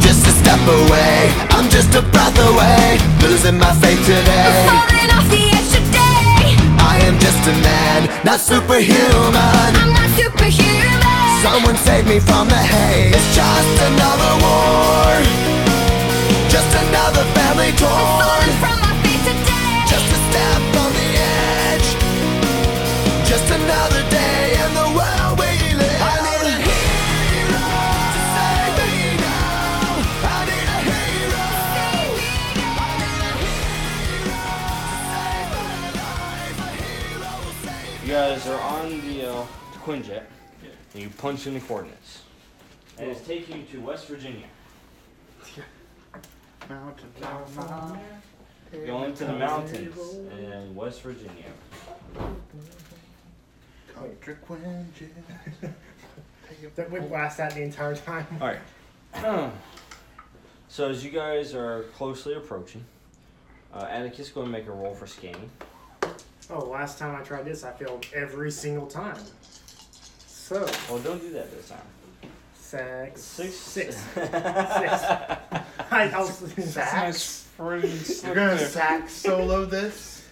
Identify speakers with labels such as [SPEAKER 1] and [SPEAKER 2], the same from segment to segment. [SPEAKER 1] step away. I'm just a breath away, losing my faith today.
[SPEAKER 2] Falling off the edge today.
[SPEAKER 1] I am just a man, not superhuman.
[SPEAKER 2] I'm not superhuman.
[SPEAKER 1] Someone save me from the haze. It's just another war, just another family
[SPEAKER 2] Falling
[SPEAKER 1] torn.
[SPEAKER 2] from my faith today.
[SPEAKER 1] Just a step on the edge. Just another day in the world we live. I need a hero to save me now. I need a hero. I need a hero to save my life. A hero will save me.
[SPEAKER 3] You guys are on the uh, Quinjet, and you punch in the coordinates. And it's taking you to West Virginia.
[SPEAKER 4] Mountain.
[SPEAKER 3] Going to the mountains in West Virginia.
[SPEAKER 4] Country Quinjet.
[SPEAKER 5] That we blast that the entire time.
[SPEAKER 3] Alright. so as you guys are closely approaching, uh, Atticus, go and make a roll for scanning.
[SPEAKER 5] Oh, last time I tried this, I failed every single time. So
[SPEAKER 3] Well, Oh, don't do that this time.
[SPEAKER 5] sex
[SPEAKER 3] Six.
[SPEAKER 5] six.
[SPEAKER 3] Six.
[SPEAKER 5] I, I was sax.
[SPEAKER 4] You're gonna sax solo this?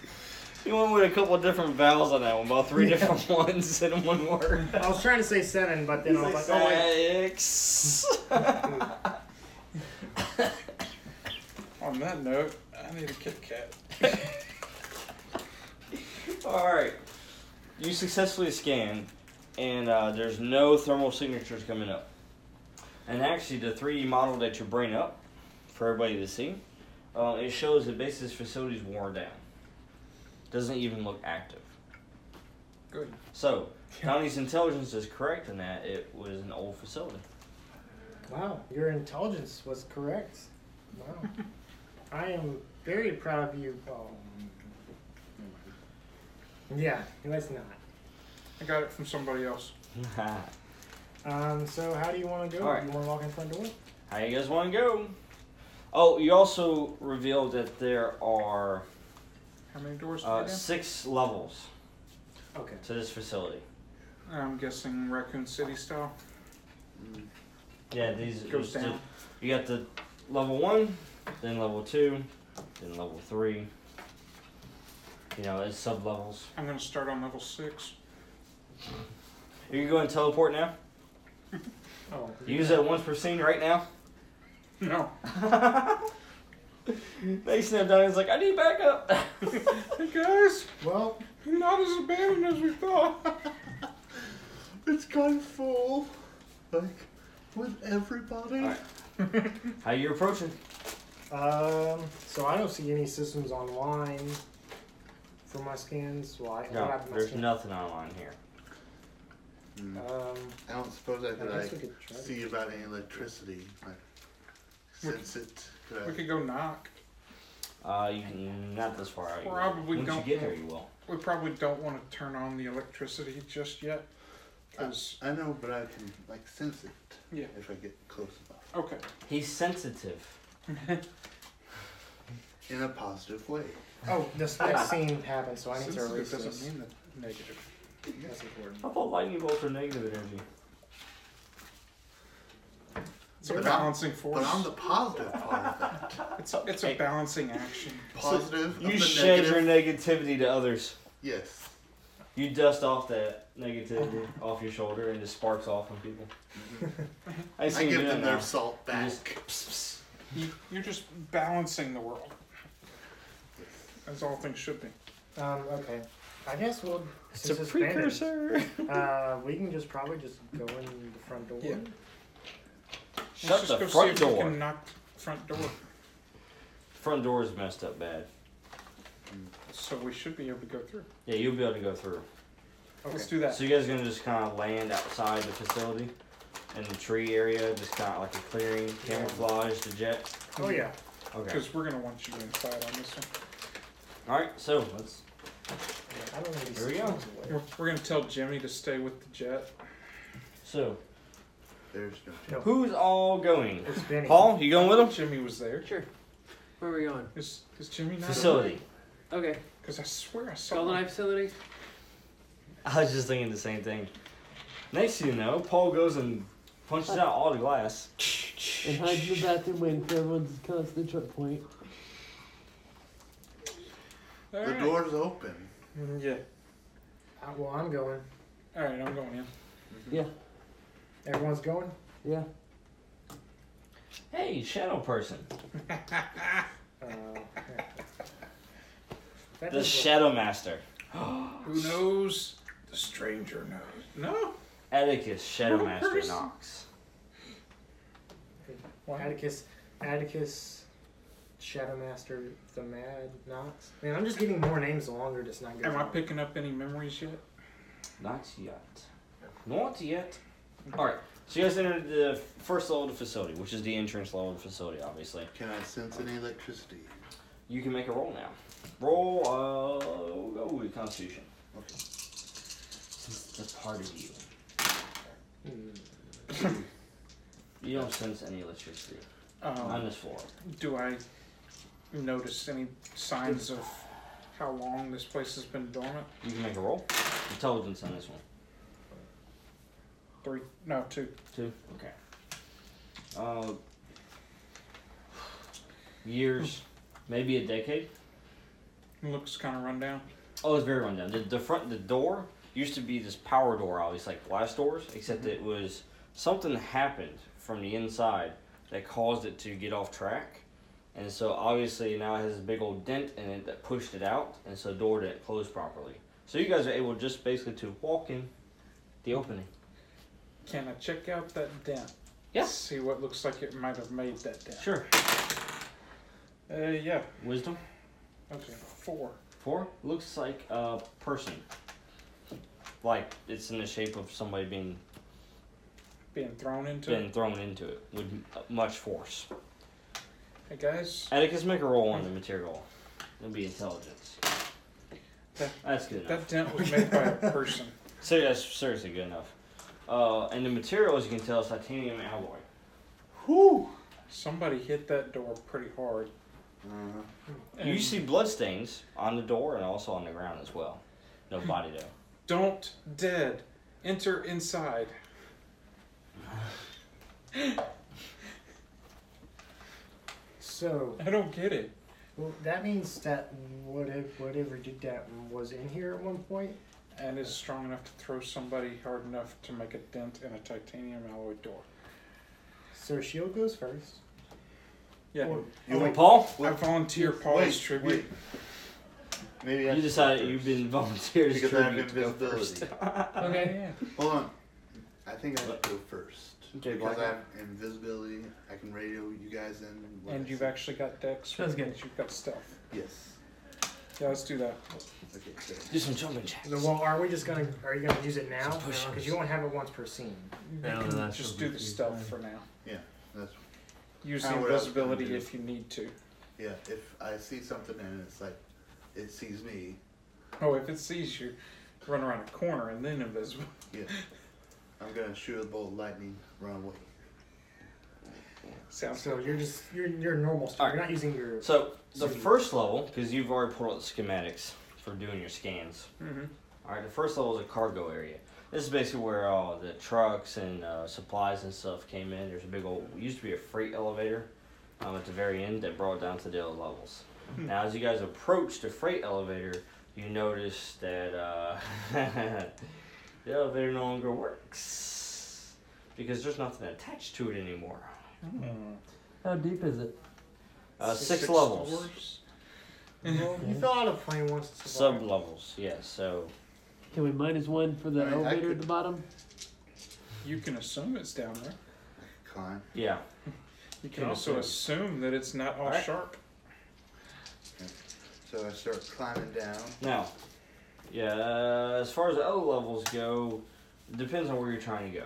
[SPEAKER 3] you went with a couple different vowels on that one, about three different ones in one word.
[SPEAKER 5] I was trying to say seven, but then I was like, oh, wait.
[SPEAKER 3] Six.
[SPEAKER 6] On that note, I need a Kit Kat.
[SPEAKER 3] All right. You successfully scan, and uh, there's no thermal signatures coming up. And actually, the 3D model that you bring up for everybody to see, uh, it shows the base's facilities worn down. Doesn't even look active.
[SPEAKER 6] Good.
[SPEAKER 3] So, Donnie's intelligence is correct in that it was an old facility.
[SPEAKER 5] Wow, your intelligence was correct. Wow. I am very proud of you. Oh. Yeah, let's not.
[SPEAKER 6] I got it from somebody else.
[SPEAKER 3] How
[SPEAKER 5] Um, so how do you want to go?
[SPEAKER 3] All right.
[SPEAKER 5] You want to walk in the front door?
[SPEAKER 3] you guys want to go? Oh, you also revealed that there are
[SPEAKER 6] How many doors
[SPEAKER 3] uh,
[SPEAKER 6] did you
[SPEAKER 3] six levels
[SPEAKER 5] Okay.
[SPEAKER 3] to this facility.
[SPEAKER 6] get? I'm guessing Raccoon City style.
[SPEAKER 3] Yeah, these
[SPEAKER 6] Goes
[SPEAKER 3] there's
[SPEAKER 6] down.
[SPEAKER 3] the- you got the level one, then level two, then level three. You know, it's sub levels.
[SPEAKER 6] I'm gonna start on level six.
[SPEAKER 3] Are you going to teleport now?
[SPEAKER 5] Oh.
[SPEAKER 3] Use that once per scene right now.
[SPEAKER 6] No.
[SPEAKER 3] Next thing I've done is like, I need backup.
[SPEAKER 6] Hey guys,
[SPEAKER 5] Well,
[SPEAKER 6] you're not as abandoned as we thought.
[SPEAKER 4] It's gone full. Like, with everybody.
[SPEAKER 3] Alright. How you approaching?
[SPEAKER 5] Um, so I don't see any systems online for my scans. Well, I I
[SPEAKER 3] No,
[SPEAKER 5] have my
[SPEAKER 3] there's
[SPEAKER 5] scan-
[SPEAKER 3] nothing online here.
[SPEAKER 5] Um,
[SPEAKER 4] I don't suppose I could,
[SPEAKER 5] I guess
[SPEAKER 4] like,
[SPEAKER 5] we could try.
[SPEAKER 4] see about any electricity. Like, sense it. Could I-
[SPEAKER 6] We could go knock.
[SPEAKER 3] Uh, you can not this far out. you will.
[SPEAKER 6] Probably
[SPEAKER 3] Once
[SPEAKER 6] don't
[SPEAKER 3] you get
[SPEAKER 6] know.
[SPEAKER 3] there, you will.
[SPEAKER 6] We probably don't want to turn on the electricity just yet. Cause
[SPEAKER 4] I know, but I can, like, sense it.
[SPEAKER 6] Yeah.
[SPEAKER 4] If I get close enough.
[SPEAKER 6] okay.
[SPEAKER 3] He's sensitive.
[SPEAKER 4] In a positive way.
[SPEAKER 5] oh, this next scene happened, so I need to
[SPEAKER 6] Sensitive
[SPEAKER 5] erase
[SPEAKER 6] doesn't
[SPEAKER 5] this.
[SPEAKER 6] mean the negative.
[SPEAKER 5] That's important.
[SPEAKER 3] How about lightning bolts are negative energy?
[SPEAKER 6] It's a
[SPEAKER 4] But I'm-
[SPEAKER 6] balancing
[SPEAKER 4] But
[SPEAKER 6] force.
[SPEAKER 4] I'm the positive part of that.
[SPEAKER 6] It's a, it's a balancing action.
[SPEAKER 4] Positive of
[SPEAKER 3] You
[SPEAKER 4] the
[SPEAKER 3] shed
[SPEAKER 4] negative.
[SPEAKER 3] your negativity to others.
[SPEAKER 4] Yes.
[SPEAKER 3] You dust off that negativity off your shoulder and just sparks off on people. I,
[SPEAKER 4] I
[SPEAKER 3] see
[SPEAKER 4] give
[SPEAKER 3] you
[SPEAKER 4] them
[SPEAKER 3] doing
[SPEAKER 4] their
[SPEAKER 3] that.
[SPEAKER 4] salt
[SPEAKER 3] You
[SPEAKER 4] back.
[SPEAKER 3] just pss,
[SPEAKER 6] You, you're just balancing the world. As all things should be.
[SPEAKER 5] Um, okay. I guess we'll.
[SPEAKER 3] pss.
[SPEAKER 5] since
[SPEAKER 3] It's a
[SPEAKER 5] banded,
[SPEAKER 3] precursor.
[SPEAKER 5] Uh, we can just probably just go in the front door.
[SPEAKER 6] Yeah.
[SPEAKER 3] Shut
[SPEAKER 6] Let's
[SPEAKER 3] the
[SPEAKER 6] just go see
[SPEAKER 3] front
[SPEAKER 6] if we
[SPEAKER 3] door.
[SPEAKER 6] can knock the front door.
[SPEAKER 3] Front door is messed up bad.
[SPEAKER 6] So we should be able to go through.
[SPEAKER 3] Yeah, you'll be able to go through.
[SPEAKER 6] Let's do that.
[SPEAKER 3] So you guys are gonna just kind of land outside the facility in the tree area, just kind of like a clearing, camouflage the jet.
[SPEAKER 5] Oh yeah.
[SPEAKER 3] Okay.
[SPEAKER 6] Because we're going to want you inside on this one.
[SPEAKER 3] All right. So let's.
[SPEAKER 5] I don't know these
[SPEAKER 3] Here we go.
[SPEAKER 5] systems away.
[SPEAKER 6] We're, we're going to tell Jimmy to stay with the jet.
[SPEAKER 3] So
[SPEAKER 4] There's no
[SPEAKER 3] who's all going?
[SPEAKER 5] It's Benny.
[SPEAKER 3] Paul, you going with him?
[SPEAKER 6] Jimmy was there.
[SPEAKER 7] Sure. Where are we going?
[SPEAKER 6] Is, is Jimmy not
[SPEAKER 3] Facility.
[SPEAKER 7] Okay.
[SPEAKER 6] Because I swear I saw
[SPEAKER 7] Golden Eye
[SPEAKER 6] him.
[SPEAKER 7] facility.
[SPEAKER 3] I was just thinking the same thing. Next thing you know, Paul goes and punches out all the glass.
[SPEAKER 8] and hide in the bathroom waiting for everyone's constant choke point.
[SPEAKER 6] All
[SPEAKER 4] The
[SPEAKER 6] right.
[SPEAKER 4] door's open.
[SPEAKER 6] Mhm, Yeah.
[SPEAKER 5] Uh, well, I'm going.
[SPEAKER 6] All right, I'm going in.
[SPEAKER 5] Everyone's going.
[SPEAKER 8] Yeah.
[SPEAKER 3] Hey, shadow person.
[SPEAKER 5] Uh, that
[SPEAKER 3] The
[SPEAKER 5] does look-
[SPEAKER 3] shadow master.
[SPEAKER 6] Who knows? The stranger knows. No.
[SPEAKER 3] Atticus, shadow
[SPEAKER 6] What
[SPEAKER 3] master
[SPEAKER 6] person?
[SPEAKER 3] Knox.
[SPEAKER 5] Atticus, Atticus, Shadowmaster, the Mad Knox. Man, I'm just getting more names the longer it's not good.
[SPEAKER 6] Am I picking up any memories yet?
[SPEAKER 3] Not yet. Not yet. Alright, so you guys entered the first level of the facility, which is the entrance level of the facility, obviously.
[SPEAKER 4] Can I sense any electricity?
[SPEAKER 3] You can make a roll now. Roll, uh, we'll go with Constitution.
[SPEAKER 4] Okay.
[SPEAKER 3] Since it's a part of you. you don't sense any electricity on
[SPEAKER 6] Um,
[SPEAKER 3] this floor.
[SPEAKER 6] do I notice any signs of how long this place has been dormant?
[SPEAKER 3] You can make a roll. Intelligence on this one.
[SPEAKER 6] Three? No, two.
[SPEAKER 3] Two. Okay. Uh, years, maybe a decade.
[SPEAKER 6] Looks kind of run down.
[SPEAKER 3] Oh, it's very rundown. The, the front, the door used to be this power door, always like glass doors, except it was something happened from the inside that caused it to get off track, and so obviously now it has a big old dent in it that pushed it out, and so the door didn't close properly. So you guys are able just basically to walk in the opening.
[SPEAKER 6] Can I check out that dent?
[SPEAKER 3] Yeah.
[SPEAKER 6] See what looks like it might have made that dent.
[SPEAKER 3] Sure.
[SPEAKER 6] Uh, yeah.
[SPEAKER 3] Wisdom
[SPEAKER 6] Okay. Four.
[SPEAKER 3] four looks like a person. Like it's in the shape of somebody being
[SPEAKER 6] Being thrown into.
[SPEAKER 3] been thrown into it with m- much force.
[SPEAKER 6] Hey guys.
[SPEAKER 3] Atticus, make a roll on the material. It'll be intelligence.
[SPEAKER 6] That-
[SPEAKER 3] That's good enough.
[SPEAKER 6] That dent was made by a person.
[SPEAKER 3] Ser- that's seriously good enough. Uh, and the material, as you can tell, is titanium alloy.
[SPEAKER 6] Whew. Somebody hit that door pretty hard.
[SPEAKER 4] Uh-huh.
[SPEAKER 3] You
[SPEAKER 6] And
[SPEAKER 3] see bloodstains on the door and also on the ground as well. No body though.
[SPEAKER 6] Don't dead. Enter inside.
[SPEAKER 5] So
[SPEAKER 6] I don't get it.
[SPEAKER 5] well, that means that whatever whatever did that was in here at one point.
[SPEAKER 6] And is strong enough to throw somebody hard enough to make a dent in a titanium alloy door.
[SPEAKER 5] So Shield goes first.
[SPEAKER 6] Yeah.
[SPEAKER 5] Or-
[SPEAKER 4] You
[SPEAKER 5] oh, wait,
[SPEAKER 3] Paul,
[SPEAKER 6] I volunteer Paul's tribute.
[SPEAKER 4] wait. Maybe I
[SPEAKER 3] you
[SPEAKER 4] should
[SPEAKER 3] decided
[SPEAKER 4] go
[SPEAKER 3] you've
[SPEAKER 4] first.
[SPEAKER 3] been volunteered as
[SPEAKER 4] because I have
[SPEAKER 3] tribute to go
[SPEAKER 4] invisibility.
[SPEAKER 7] Okay.
[SPEAKER 4] Hold on. I think I should go first.
[SPEAKER 3] Okay,
[SPEAKER 4] because I
[SPEAKER 3] Black.
[SPEAKER 4] have invisibility, I can radio you guys in. when
[SPEAKER 6] And
[SPEAKER 4] I
[SPEAKER 6] you've
[SPEAKER 4] see-
[SPEAKER 6] actually got dex.
[SPEAKER 8] That's good.
[SPEAKER 6] You've got stealth.
[SPEAKER 4] Yes.
[SPEAKER 6] Yeah, let's do that.
[SPEAKER 4] Okay. Good.
[SPEAKER 3] Do some jumping jacks.
[SPEAKER 5] So, well, are we just gonna are you gonna use it now?
[SPEAKER 3] Just push
[SPEAKER 5] Because you only have it once per scene.
[SPEAKER 8] No,
[SPEAKER 6] you can
[SPEAKER 8] that's
[SPEAKER 6] just
[SPEAKER 8] what we
[SPEAKER 6] do the
[SPEAKER 8] do.
[SPEAKER 6] stealth for now.
[SPEAKER 4] That's
[SPEAKER 6] Use the
[SPEAKER 4] How would I
[SPEAKER 6] invisibility
[SPEAKER 4] do?
[SPEAKER 6] if you need to.
[SPEAKER 4] yeah. If I see something and it's like, it sees me.
[SPEAKER 6] Oh, if it sees you, run around a corner and then invisible.
[SPEAKER 4] Yeah. I'm gonna shoot a bolt of lightning, run away.
[SPEAKER 6] Sounds
[SPEAKER 5] So you're just you're you're normal. Stuff. You're not using your.
[SPEAKER 3] So the
[SPEAKER 5] So you-
[SPEAKER 3] first level, because you've already pulled out the schematics for doing your scans.
[SPEAKER 6] Mhm.
[SPEAKER 3] All right, the first level is a cargo area. This is basically where all the trucks and uh, supplies and stuff came in. There's a big old used to be a freight elevator um, at the very end that brought it down to the other levels. Now, as you guys approach the freight elevator, you notice that uh, the elevator no longer works because there's nothing attached to it anymore.
[SPEAKER 8] How deep is it?
[SPEAKER 3] Hmm. Uh, six levels.
[SPEAKER 6] doors?
[SPEAKER 5] Well, you fell out of plane once. to survive.
[SPEAKER 3] Sub levels, yeah. So
[SPEAKER 8] Can we minus one for the
[SPEAKER 4] I mean, I
[SPEAKER 8] elevator
[SPEAKER 4] could-
[SPEAKER 8] at the bottom?
[SPEAKER 6] You can assume it's down there.
[SPEAKER 4] Climb.
[SPEAKER 3] yeah,
[SPEAKER 6] You can also assume that it's not all
[SPEAKER 3] Alright.
[SPEAKER 6] sharp.
[SPEAKER 4] So I start climbing down.
[SPEAKER 3] Now, yeah, uh, as far as the O levels go, depends on where you're trying to go.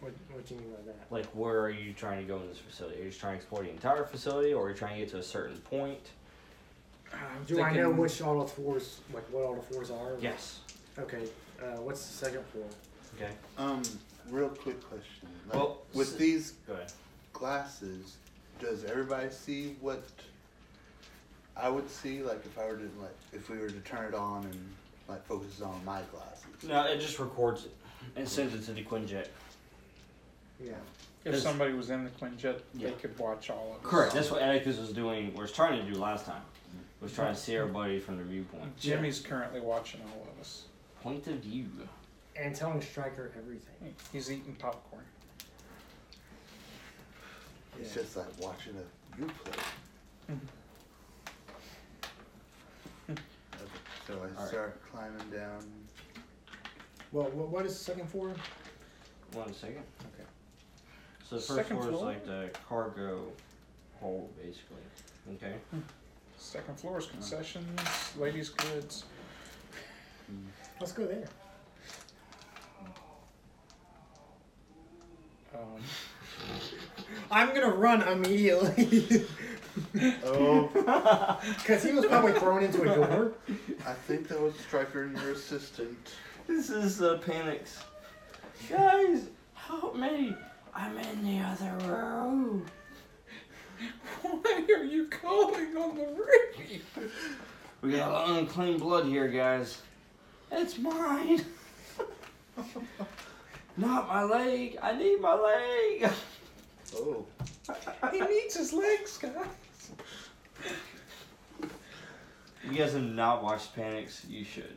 [SPEAKER 5] What, what do you mean by that?
[SPEAKER 3] Like, where are you trying to go in this facility? Are you just trying to explore the entire facility, or are you trying to get to a certain point?
[SPEAKER 6] I'm
[SPEAKER 5] Do I know
[SPEAKER 6] thinking-
[SPEAKER 5] which all the floors, like what all the floors are?
[SPEAKER 3] Yes.
[SPEAKER 5] Okay. Uh, what's the second floor?
[SPEAKER 3] Okay.
[SPEAKER 4] Um, real quick question. Like,
[SPEAKER 3] Well,
[SPEAKER 4] with
[SPEAKER 3] s-
[SPEAKER 4] these
[SPEAKER 3] Go ahead.
[SPEAKER 4] glasses, does everybody see what I would see? Like if I were to like if we were to turn it on and like focus on my glasses.
[SPEAKER 3] No, it just records it and sends it to the Quinjet.
[SPEAKER 5] Yeah.
[SPEAKER 6] if
[SPEAKER 3] Yes.
[SPEAKER 6] somebody was in the Quinjet, they
[SPEAKER 3] Yeah.
[SPEAKER 6] could watch all of it.
[SPEAKER 3] Correct. That's what Atticus was doing. Was trying to do last time. Was trying to see everybody from the viewpoint,
[SPEAKER 6] Jimmy's currently watching all of us.
[SPEAKER 3] point of view.
[SPEAKER 5] and telling Stryker everything.
[SPEAKER 6] He's eating popcorn.
[SPEAKER 4] It's
[SPEAKER 5] Yeah.
[SPEAKER 4] just like watching a you play. okay, so I
[SPEAKER 3] right.
[SPEAKER 4] start climbing down.
[SPEAKER 5] Well, what, what is the second floor?
[SPEAKER 3] One second.
[SPEAKER 5] Okay.
[SPEAKER 3] So the first
[SPEAKER 6] Second
[SPEAKER 3] floor is
[SPEAKER 6] floor?
[SPEAKER 3] like the cargo hold, basically. Okay.
[SPEAKER 6] Second floor is concessions, ladies' goods.
[SPEAKER 5] Let's go there.
[SPEAKER 6] Um,
[SPEAKER 5] I'm gonna run immediately
[SPEAKER 4] Oh,
[SPEAKER 5] because he was probably thrown into a door.
[SPEAKER 4] I think that was Striker and your assistant.
[SPEAKER 3] This is the panics. Guys, help me! I'm in the other room.
[SPEAKER 6] why are you calling on the radio?
[SPEAKER 3] We got a lot of unclean blood here, guys. It's mine. Not my leg. I need my leg.
[SPEAKER 4] Oh,
[SPEAKER 6] He needs his legs, guys.
[SPEAKER 3] You guys have not watched Panics. You should.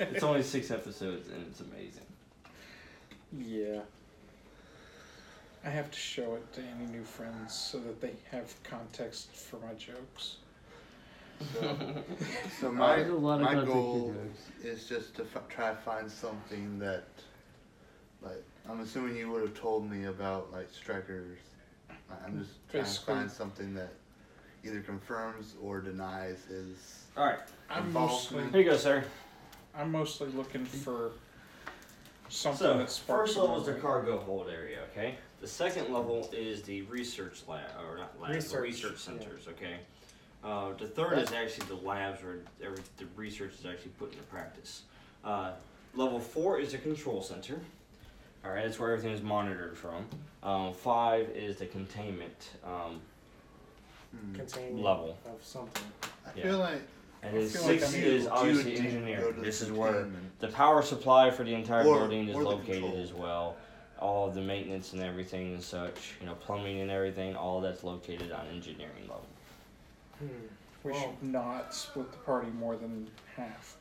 [SPEAKER 3] It's only six episodes and it's amazing.
[SPEAKER 6] Yeah. I have to show it to any new friends so that they have context for my jokes.
[SPEAKER 8] My,
[SPEAKER 4] so my
[SPEAKER 8] There's a lot of
[SPEAKER 4] my
[SPEAKER 8] contact
[SPEAKER 4] goal
[SPEAKER 8] jokes.
[SPEAKER 4] is just to f- try to find something that, like, I'm assuming you would have told me about like Strikers. I'm just trying
[SPEAKER 6] Basically.
[SPEAKER 4] to find something that either confirms or denies his
[SPEAKER 3] All right,
[SPEAKER 6] I'm mostly,
[SPEAKER 4] Involvement.
[SPEAKER 3] here you go, sir.
[SPEAKER 6] I'm mostly looking for something
[SPEAKER 3] So,
[SPEAKER 6] that sparks.
[SPEAKER 3] first level is the
[SPEAKER 6] memory.
[SPEAKER 3] cargo hold area, okay? The second level is the research lab, or not lab, research,
[SPEAKER 5] Research,
[SPEAKER 3] research
[SPEAKER 5] yeah.
[SPEAKER 3] centers, okay? Uh, the third is actually the labs where every, the research is actually put into practice. Uh, level four is the control center. All right, that's where everything is monitored from. Um, five is the containment um,
[SPEAKER 5] Mm. Containment
[SPEAKER 3] level,
[SPEAKER 5] of something.
[SPEAKER 4] I
[SPEAKER 3] Yeah.
[SPEAKER 4] feel like
[SPEAKER 3] and then
[SPEAKER 6] feel like
[SPEAKER 3] six
[SPEAKER 6] I need
[SPEAKER 3] is
[SPEAKER 4] to
[SPEAKER 3] obviously
[SPEAKER 4] do- do- go
[SPEAKER 3] engineering.
[SPEAKER 4] to
[SPEAKER 3] This
[SPEAKER 4] the
[SPEAKER 3] is where
[SPEAKER 4] containment.
[SPEAKER 3] the power supply for the entire
[SPEAKER 4] Or-
[SPEAKER 3] building is
[SPEAKER 4] or the
[SPEAKER 3] located
[SPEAKER 4] control.
[SPEAKER 3] as well. All of the maintenance and everything and such, you know, plumbing and everything, all that's located on engineering level.
[SPEAKER 5] Hmm.
[SPEAKER 6] We
[SPEAKER 5] Well-
[SPEAKER 6] should not split the party more than half.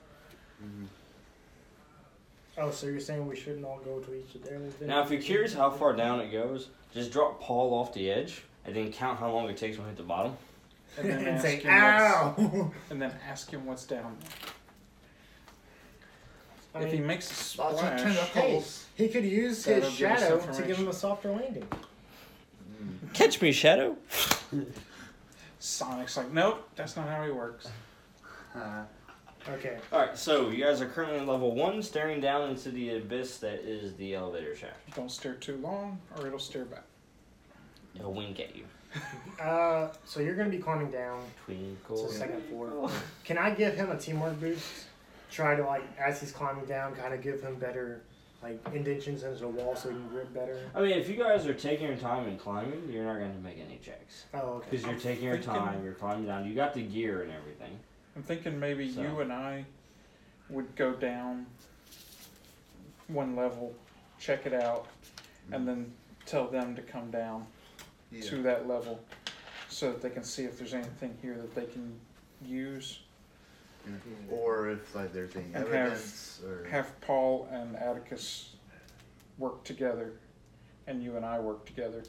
[SPEAKER 5] Oh, so you're saying we shouldn't all go to each of their things?
[SPEAKER 3] Now, if you're curious how far down it goes, just drop Paul off the edge and then count how long it takes when we hit the bottom.
[SPEAKER 6] And then
[SPEAKER 5] and
[SPEAKER 6] ask
[SPEAKER 5] say,
[SPEAKER 6] him what's-
[SPEAKER 5] "Ow!"
[SPEAKER 6] And then ask him what's down there.
[SPEAKER 5] I
[SPEAKER 6] if he
[SPEAKER 5] mean,
[SPEAKER 6] makes a
[SPEAKER 4] lots of
[SPEAKER 6] splash,
[SPEAKER 4] tentacles.
[SPEAKER 5] he could use
[SPEAKER 6] That'll
[SPEAKER 5] his
[SPEAKER 6] give us
[SPEAKER 5] shadow to give
[SPEAKER 6] information.
[SPEAKER 5] him a softer landing.
[SPEAKER 3] Catch me, Shadow.
[SPEAKER 6] Sonic's like, nope, that's not how he works.
[SPEAKER 4] Uh,
[SPEAKER 5] Okay.
[SPEAKER 3] All right, so you guys are currently in level one, staring down into the abyss that is the elevator shaft.
[SPEAKER 6] Don't stare too long, or it'll stare back.
[SPEAKER 3] It'll wink at you.
[SPEAKER 5] Uh, so you're gonna be climbing down to
[SPEAKER 3] Twinkle.
[SPEAKER 5] the second floor. Can I give him a teamwork boost? Try to like, as he's climbing down, kind of give him better like indentions into the wall so he can grip better.
[SPEAKER 3] I mean, if you guys are taking your time and climbing, you're not going to make any checks.
[SPEAKER 5] Oh, okay.
[SPEAKER 3] Because you're taking your
[SPEAKER 6] freaking-
[SPEAKER 3] time, you're climbing down. You got the gear and everything.
[SPEAKER 6] I'm thinking maybe
[SPEAKER 3] So.
[SPEAKER 6] you and I would go down one level, check it out,
[SPEAKER 5] Mm.
[SPEAKER 6] and then tell them to come down
[SPEAKER 4] yeah.
[SPEAKER 6] to that level so that they can see if there's anything here that they can use.
[SPEAKER 4] Or if like there's any
[SPEAKER 6] And have-
[SPEAKER 4] evidence or
[SPEAKER 6] Have Paul and Atticus work together, and you and I work together,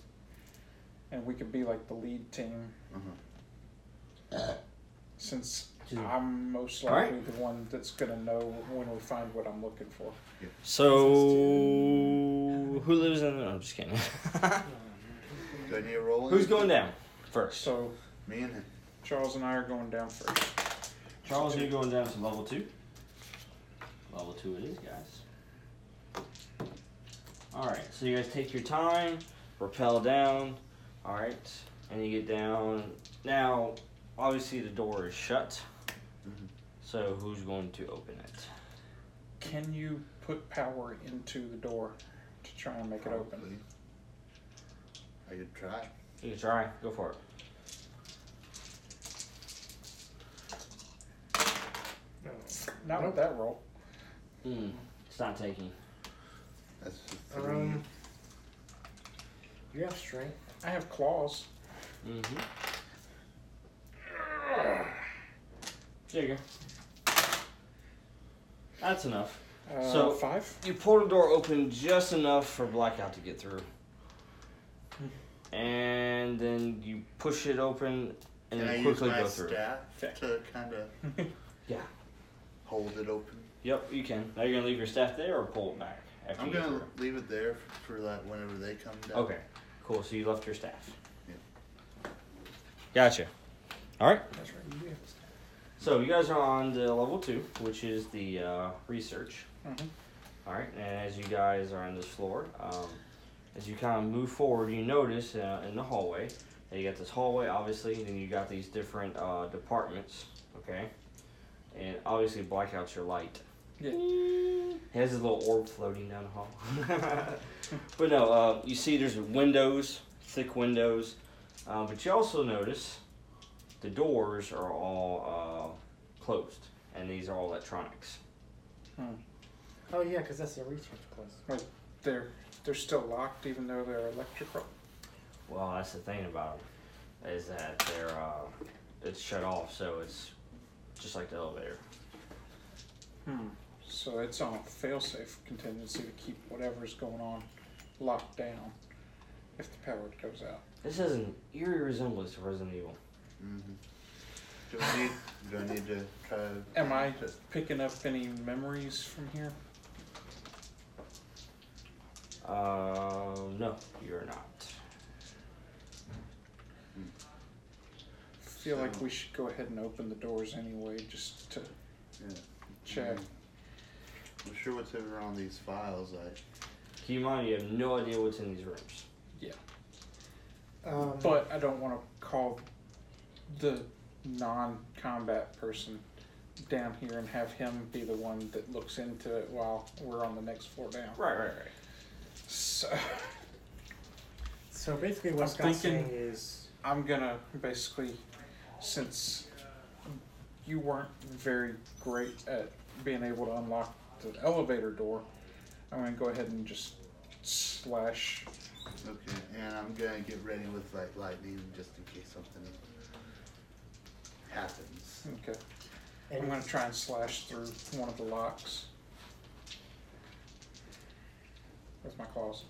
[SPEAKER 6] and we could be like the lead team.
[SPEAKER 4] Mhm.
[SPEAKER 6] Since
[SPEAKER 3] Two.
[SPEAKER 6] I'm most
[SPEAKER 3] Mm-hmm. All right.
[SPEAKER 6] likely the one that's gonna know when we find what I'm looking for.
[SPEAKER 3] So, who lives in the. I'm just kidding.
[SPEAKER 4] do I need to roll?
[SPEAKER 3] Who's
[SPEAKER 4] in?
[SPEAKER 3] going down first?
[SPEAKER 6] So
[SPEAKER 4] Me and him.
[SPEAKER 6] Charles and I are going down first.
[SPEAKER 3] Charles, you're going down to level two. Level two it is, guys. Alright, so you guys take your time, rappel down, alright, and you get down. Now, obviously, the door is shut.
[SPEAKER 4] Mhm.
[SPEAKER 3] So, who's going to open it?
[SPEAKER 6] Can you put power into the door to try and
[SPEAKER 3] Oh,
[SPEAKER 6] make it open?
[SPEAKER 4] I could try.
[SPEAKER 3] You can try. Go for it.
[SPEAKER 6] Not with that roll.
[SPEAKER 3] Mm, it's not taking.
[SPEAKER 4] That's just
[SPEAKER 5] Um, You have strength.
[SPEAKER 6] I have claws.
[SPEAKER 3] Mm-hmm. There you go. That's enough.
[SPEAKER 6] Uh,
[SPEAKER 3] So-
[SPEAKER 6] five.
[SPEAKER 3] You pull the door open just enough for blackout to get through. And then you push it open and
[SPEAKER 4] Can I
[SPEAKER 3] then
[SPEAKER 4] use
[SPEAKER 3] quickly
[SPEAKER 4] my
[SPEAKER 3] go through.
[SPEAKER 4] staff
[SPEAKER 6] Okay.
[SPEAKER 4] to kind of
[SPEAKER 3] Yeah.
[SPEAKER 4] hold it open?
[SPEAKER 3] Yep, you can. Now you're gonna leave your staff there or pull it back? After
[SPEAKER 4] I'm
[SPEAKER 3] you get
[SPEAKER 4] gonna
[SPEAKER 3] through?
[SPEAKER 4] leave it there for like whenever they come down.
[SPEAKER 3] Okay, cool. So you left your staff.
[SPEAKER 4] Yeah.
[SPEAKER 3] Gotcha. All right.
[SPEAKER 6] That's right.
[SPEAKER 3] So you guys are on the level two, which is the uh, research.
[SPEAKER 6] Mhm.
[SPEAKER 3] All right, and as you guys are on this floor, um, as you kind of move forward, you notice uh, in the hallway that you got this hallway, obviously, and then you got these different uh, departments. Okay, and obviously blackouts your light.
[SPEAKER 6] Yeah.
[SPEAKER 3] It has this little orb floating down the hall. but no, uh, you see there's windows, thick windows. Uh, but you also notice the doors are all uh, closed, and these are all electronics.
[SPEAKER 5] Oh yeah, because that's the research place.
[SPEAKER 6] They're they're still locked even though they're electrical.
[SPEAKER 3] Well, that's the thing about them, is that they're uh, it's shut off, so it's just like the elevator.
[SPEAKER 6] Hmm. So it's on a failsafe contingency to keep whatever's going on locked down if the power goes out.
[SPEAKER 3] This has an eerie resemblance to Resident Evil.
[SPEAKER 4] hmm Do I need? do I need to try?
[SPEAKER 6] Am I picking up any memories from here?
[SPEAKER 3] Uh, no, you're not.
[SPEAKER 6] I feel like
[SPEAKER 4] So-
[SPEAKER 6] we should go ahead and open the doors anyway just to
[SPEAKER 4] Yeah.
[SPEAKER 6] check.
[SPEAKER 3] Mm-hmm.
[SPEAKER 4] I'm sure what's ever on these files. Like,
[SPEAKER 3] Keep in mind, you have no idea what's in these rooms.
[SPEAKER 5] Um,
[SPEAKER 6] But I don't want to call the non-combat person down here and have him be the one that looks into it while we're on the next floor down.
[SPEAKER 3] Right, right, right.
[SPEAKER 6] So
[SPEAKER 5] so basically, what
[SPEAKER 6] I'm
[SPEAKER 5] Scott's
[SPEAKER 6] thinking-
[SPEAKER 5] saying is,
[SPEAKER 6] I'm gonna basically, since you weren't very great at being able to unlock the elevator door, I'm gonna go ahead and just slash.
[SPEAKER 4] okay, and I'm gonna get ready with like lightning just in case something happens.
[SPEAKER 6] Okay, I'm
[SPEAKER 5] and
[SPEAKER 6] gonna try and slash through one of the locks with my claws.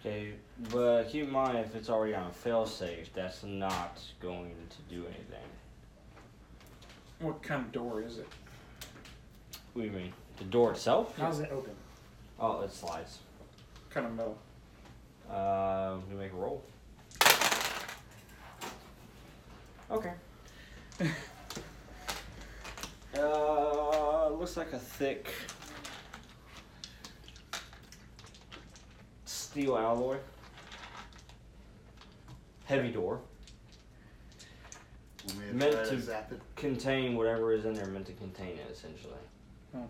[SPEAKER 3] Okay, but keep in mind if it's already on failsafe, that's not going to do anything.
[SPEAKER 6] What kind of door is it?
[SPEAKER 3] What do you mean? The door itself?
[SPEAKER 5] how's it open?
[SPEAKER 3] Oh, it slides.
[SPEAKER 6] What kind of metal?
[SPEAKER 3] Uh, you make a roll. Okay. uh, looks like a thick steel alloy. Heavy door.
[SPEAKER 4] Want me
[SPEAKER 3] Meant
[SPEAKER 4] try
[SPEAKER 3] to-
[SPEAKER 4] zap it?
[SPEAKER 3] Contain whatever is in there meant to contain it, essentially.
[SPEAKER 6] Hmm.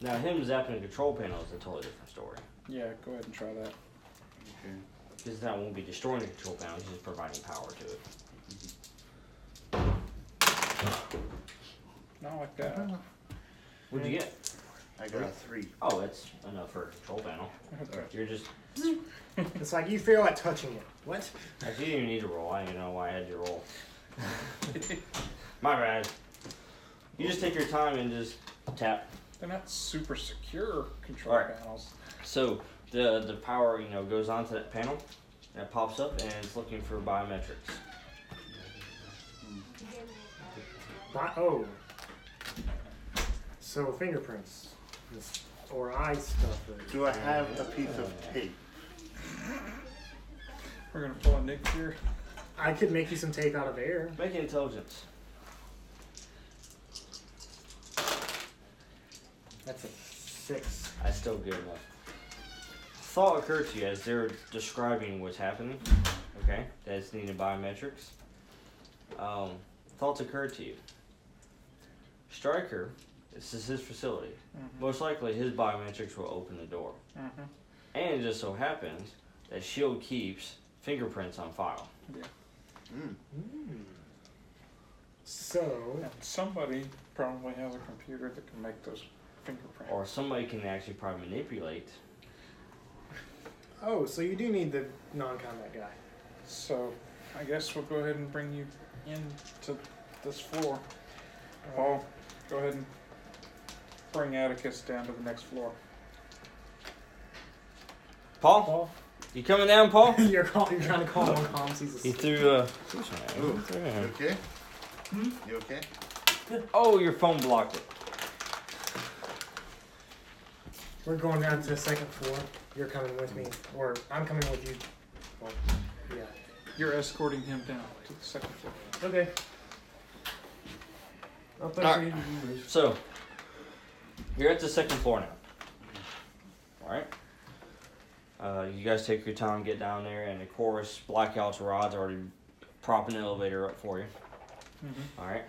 [SPEAKER 3] Now, him zapping the control panel is a totally different story.
[SPEAKER 6] Yeah, go ahead and try that.
[SPEAKER 4] Okay.
[SPEAKER 3] Because that won't be destroying the control panel, it's just providing power to it.
[SPEAKER 6] Not like that.
[SPEAKER 3] What'd you get?
[SPEAKER 4] I got a three.
[SPEAKER 3] Oh, that's enough for a control panel.
[SPEAKER 6] Okay.
[SPEAKER 3] You're just.
[SPEAKER 5] It's like you feel like touching it. What?
[SPEAKER 3] Actually, you didn't even need to roll. I don't even know why I had you roll. My bad. You just take your time and just tap.
[SPEAKER 6] They're not super secure control
[SPEAKER 3] Alright.
[SPEAKER 6] panels.
[SPEAKER 3] So the the power, you know, goes onto that panel, and it pops up, and it's looking for biometrics.
[SPEAKER 5] Bi- oh. So fingerprints, this, or eye stuff. Or,
[SPEAKER 4] Do I have a piece of tape?
[SPEAKER 6] We're gonna pull a Nick here.
[SPEAKER 5] I could make you some tape out of air.
[SPEAKER 3] Make an intelligence.
[SPEAKER 5] That's a six.
[SPEAKER 3] That's still good enough. Thought occurred to you as they're describing what's happening. Okay, that it's needed biometrics. Um, thoughts occurred to you. Striker, this is his facility. Most likely, his biometrics will open the door.
[SPEAKER 6] Mm-hmm.
[SPEAKER 3] And it just so happens that Shield E keeps fingerprints on file.
[SPEAKER 4] Mm.
[SPEAKER 5] So
[SPEAKER 6] And somebody probably has a computer that can make those fingerprints.
[SPEAKER 3] Or somebody can actually probably manipulate
[SPEAKER 5] Oh, so you do need the non-combat guy.
[SPEAKER 6] So I guess we'll go ahead and bring you into this floor. Paul, go ahead and bring Atticus down to the next floor.
[SPEAKER 3] Paul,
[SPEAKER 5] Paul,
[SPEAKER 3] you coming down, Paul?
[SPEAKER 5] you're call, You're trying to call him on comms. He's
[SPEAKER 3] He
[SPEAKER 5] asleep.
[SPEAKER 3] threw. Uh,
[SPEAKER 4] Ooh. You okay?
[SPEAKER 6] Hmm?
[SPEAKER 4] You okay?
[SPEAKER 3] oh, your phone blocked it.
[SPEAKER 5] We're going down to the second floor. You're coming with me, or I'm coming with you. Well, yeah.
[SPEAKER 6] You're escorting him down to the second floor.
[SPEAKER 5] Okay. I'll put
[SPEAKER 3] All
[SPEAKER 5] you
[SPEAKER 3] right. So, you're at the second floor now. All right. Uh, you guys take your time, get down there, and of course, Blackout's rod's already propping the elevator up for you.
[SPEAKER 5] Mm-hmm.
[SPEAKER 3] All right.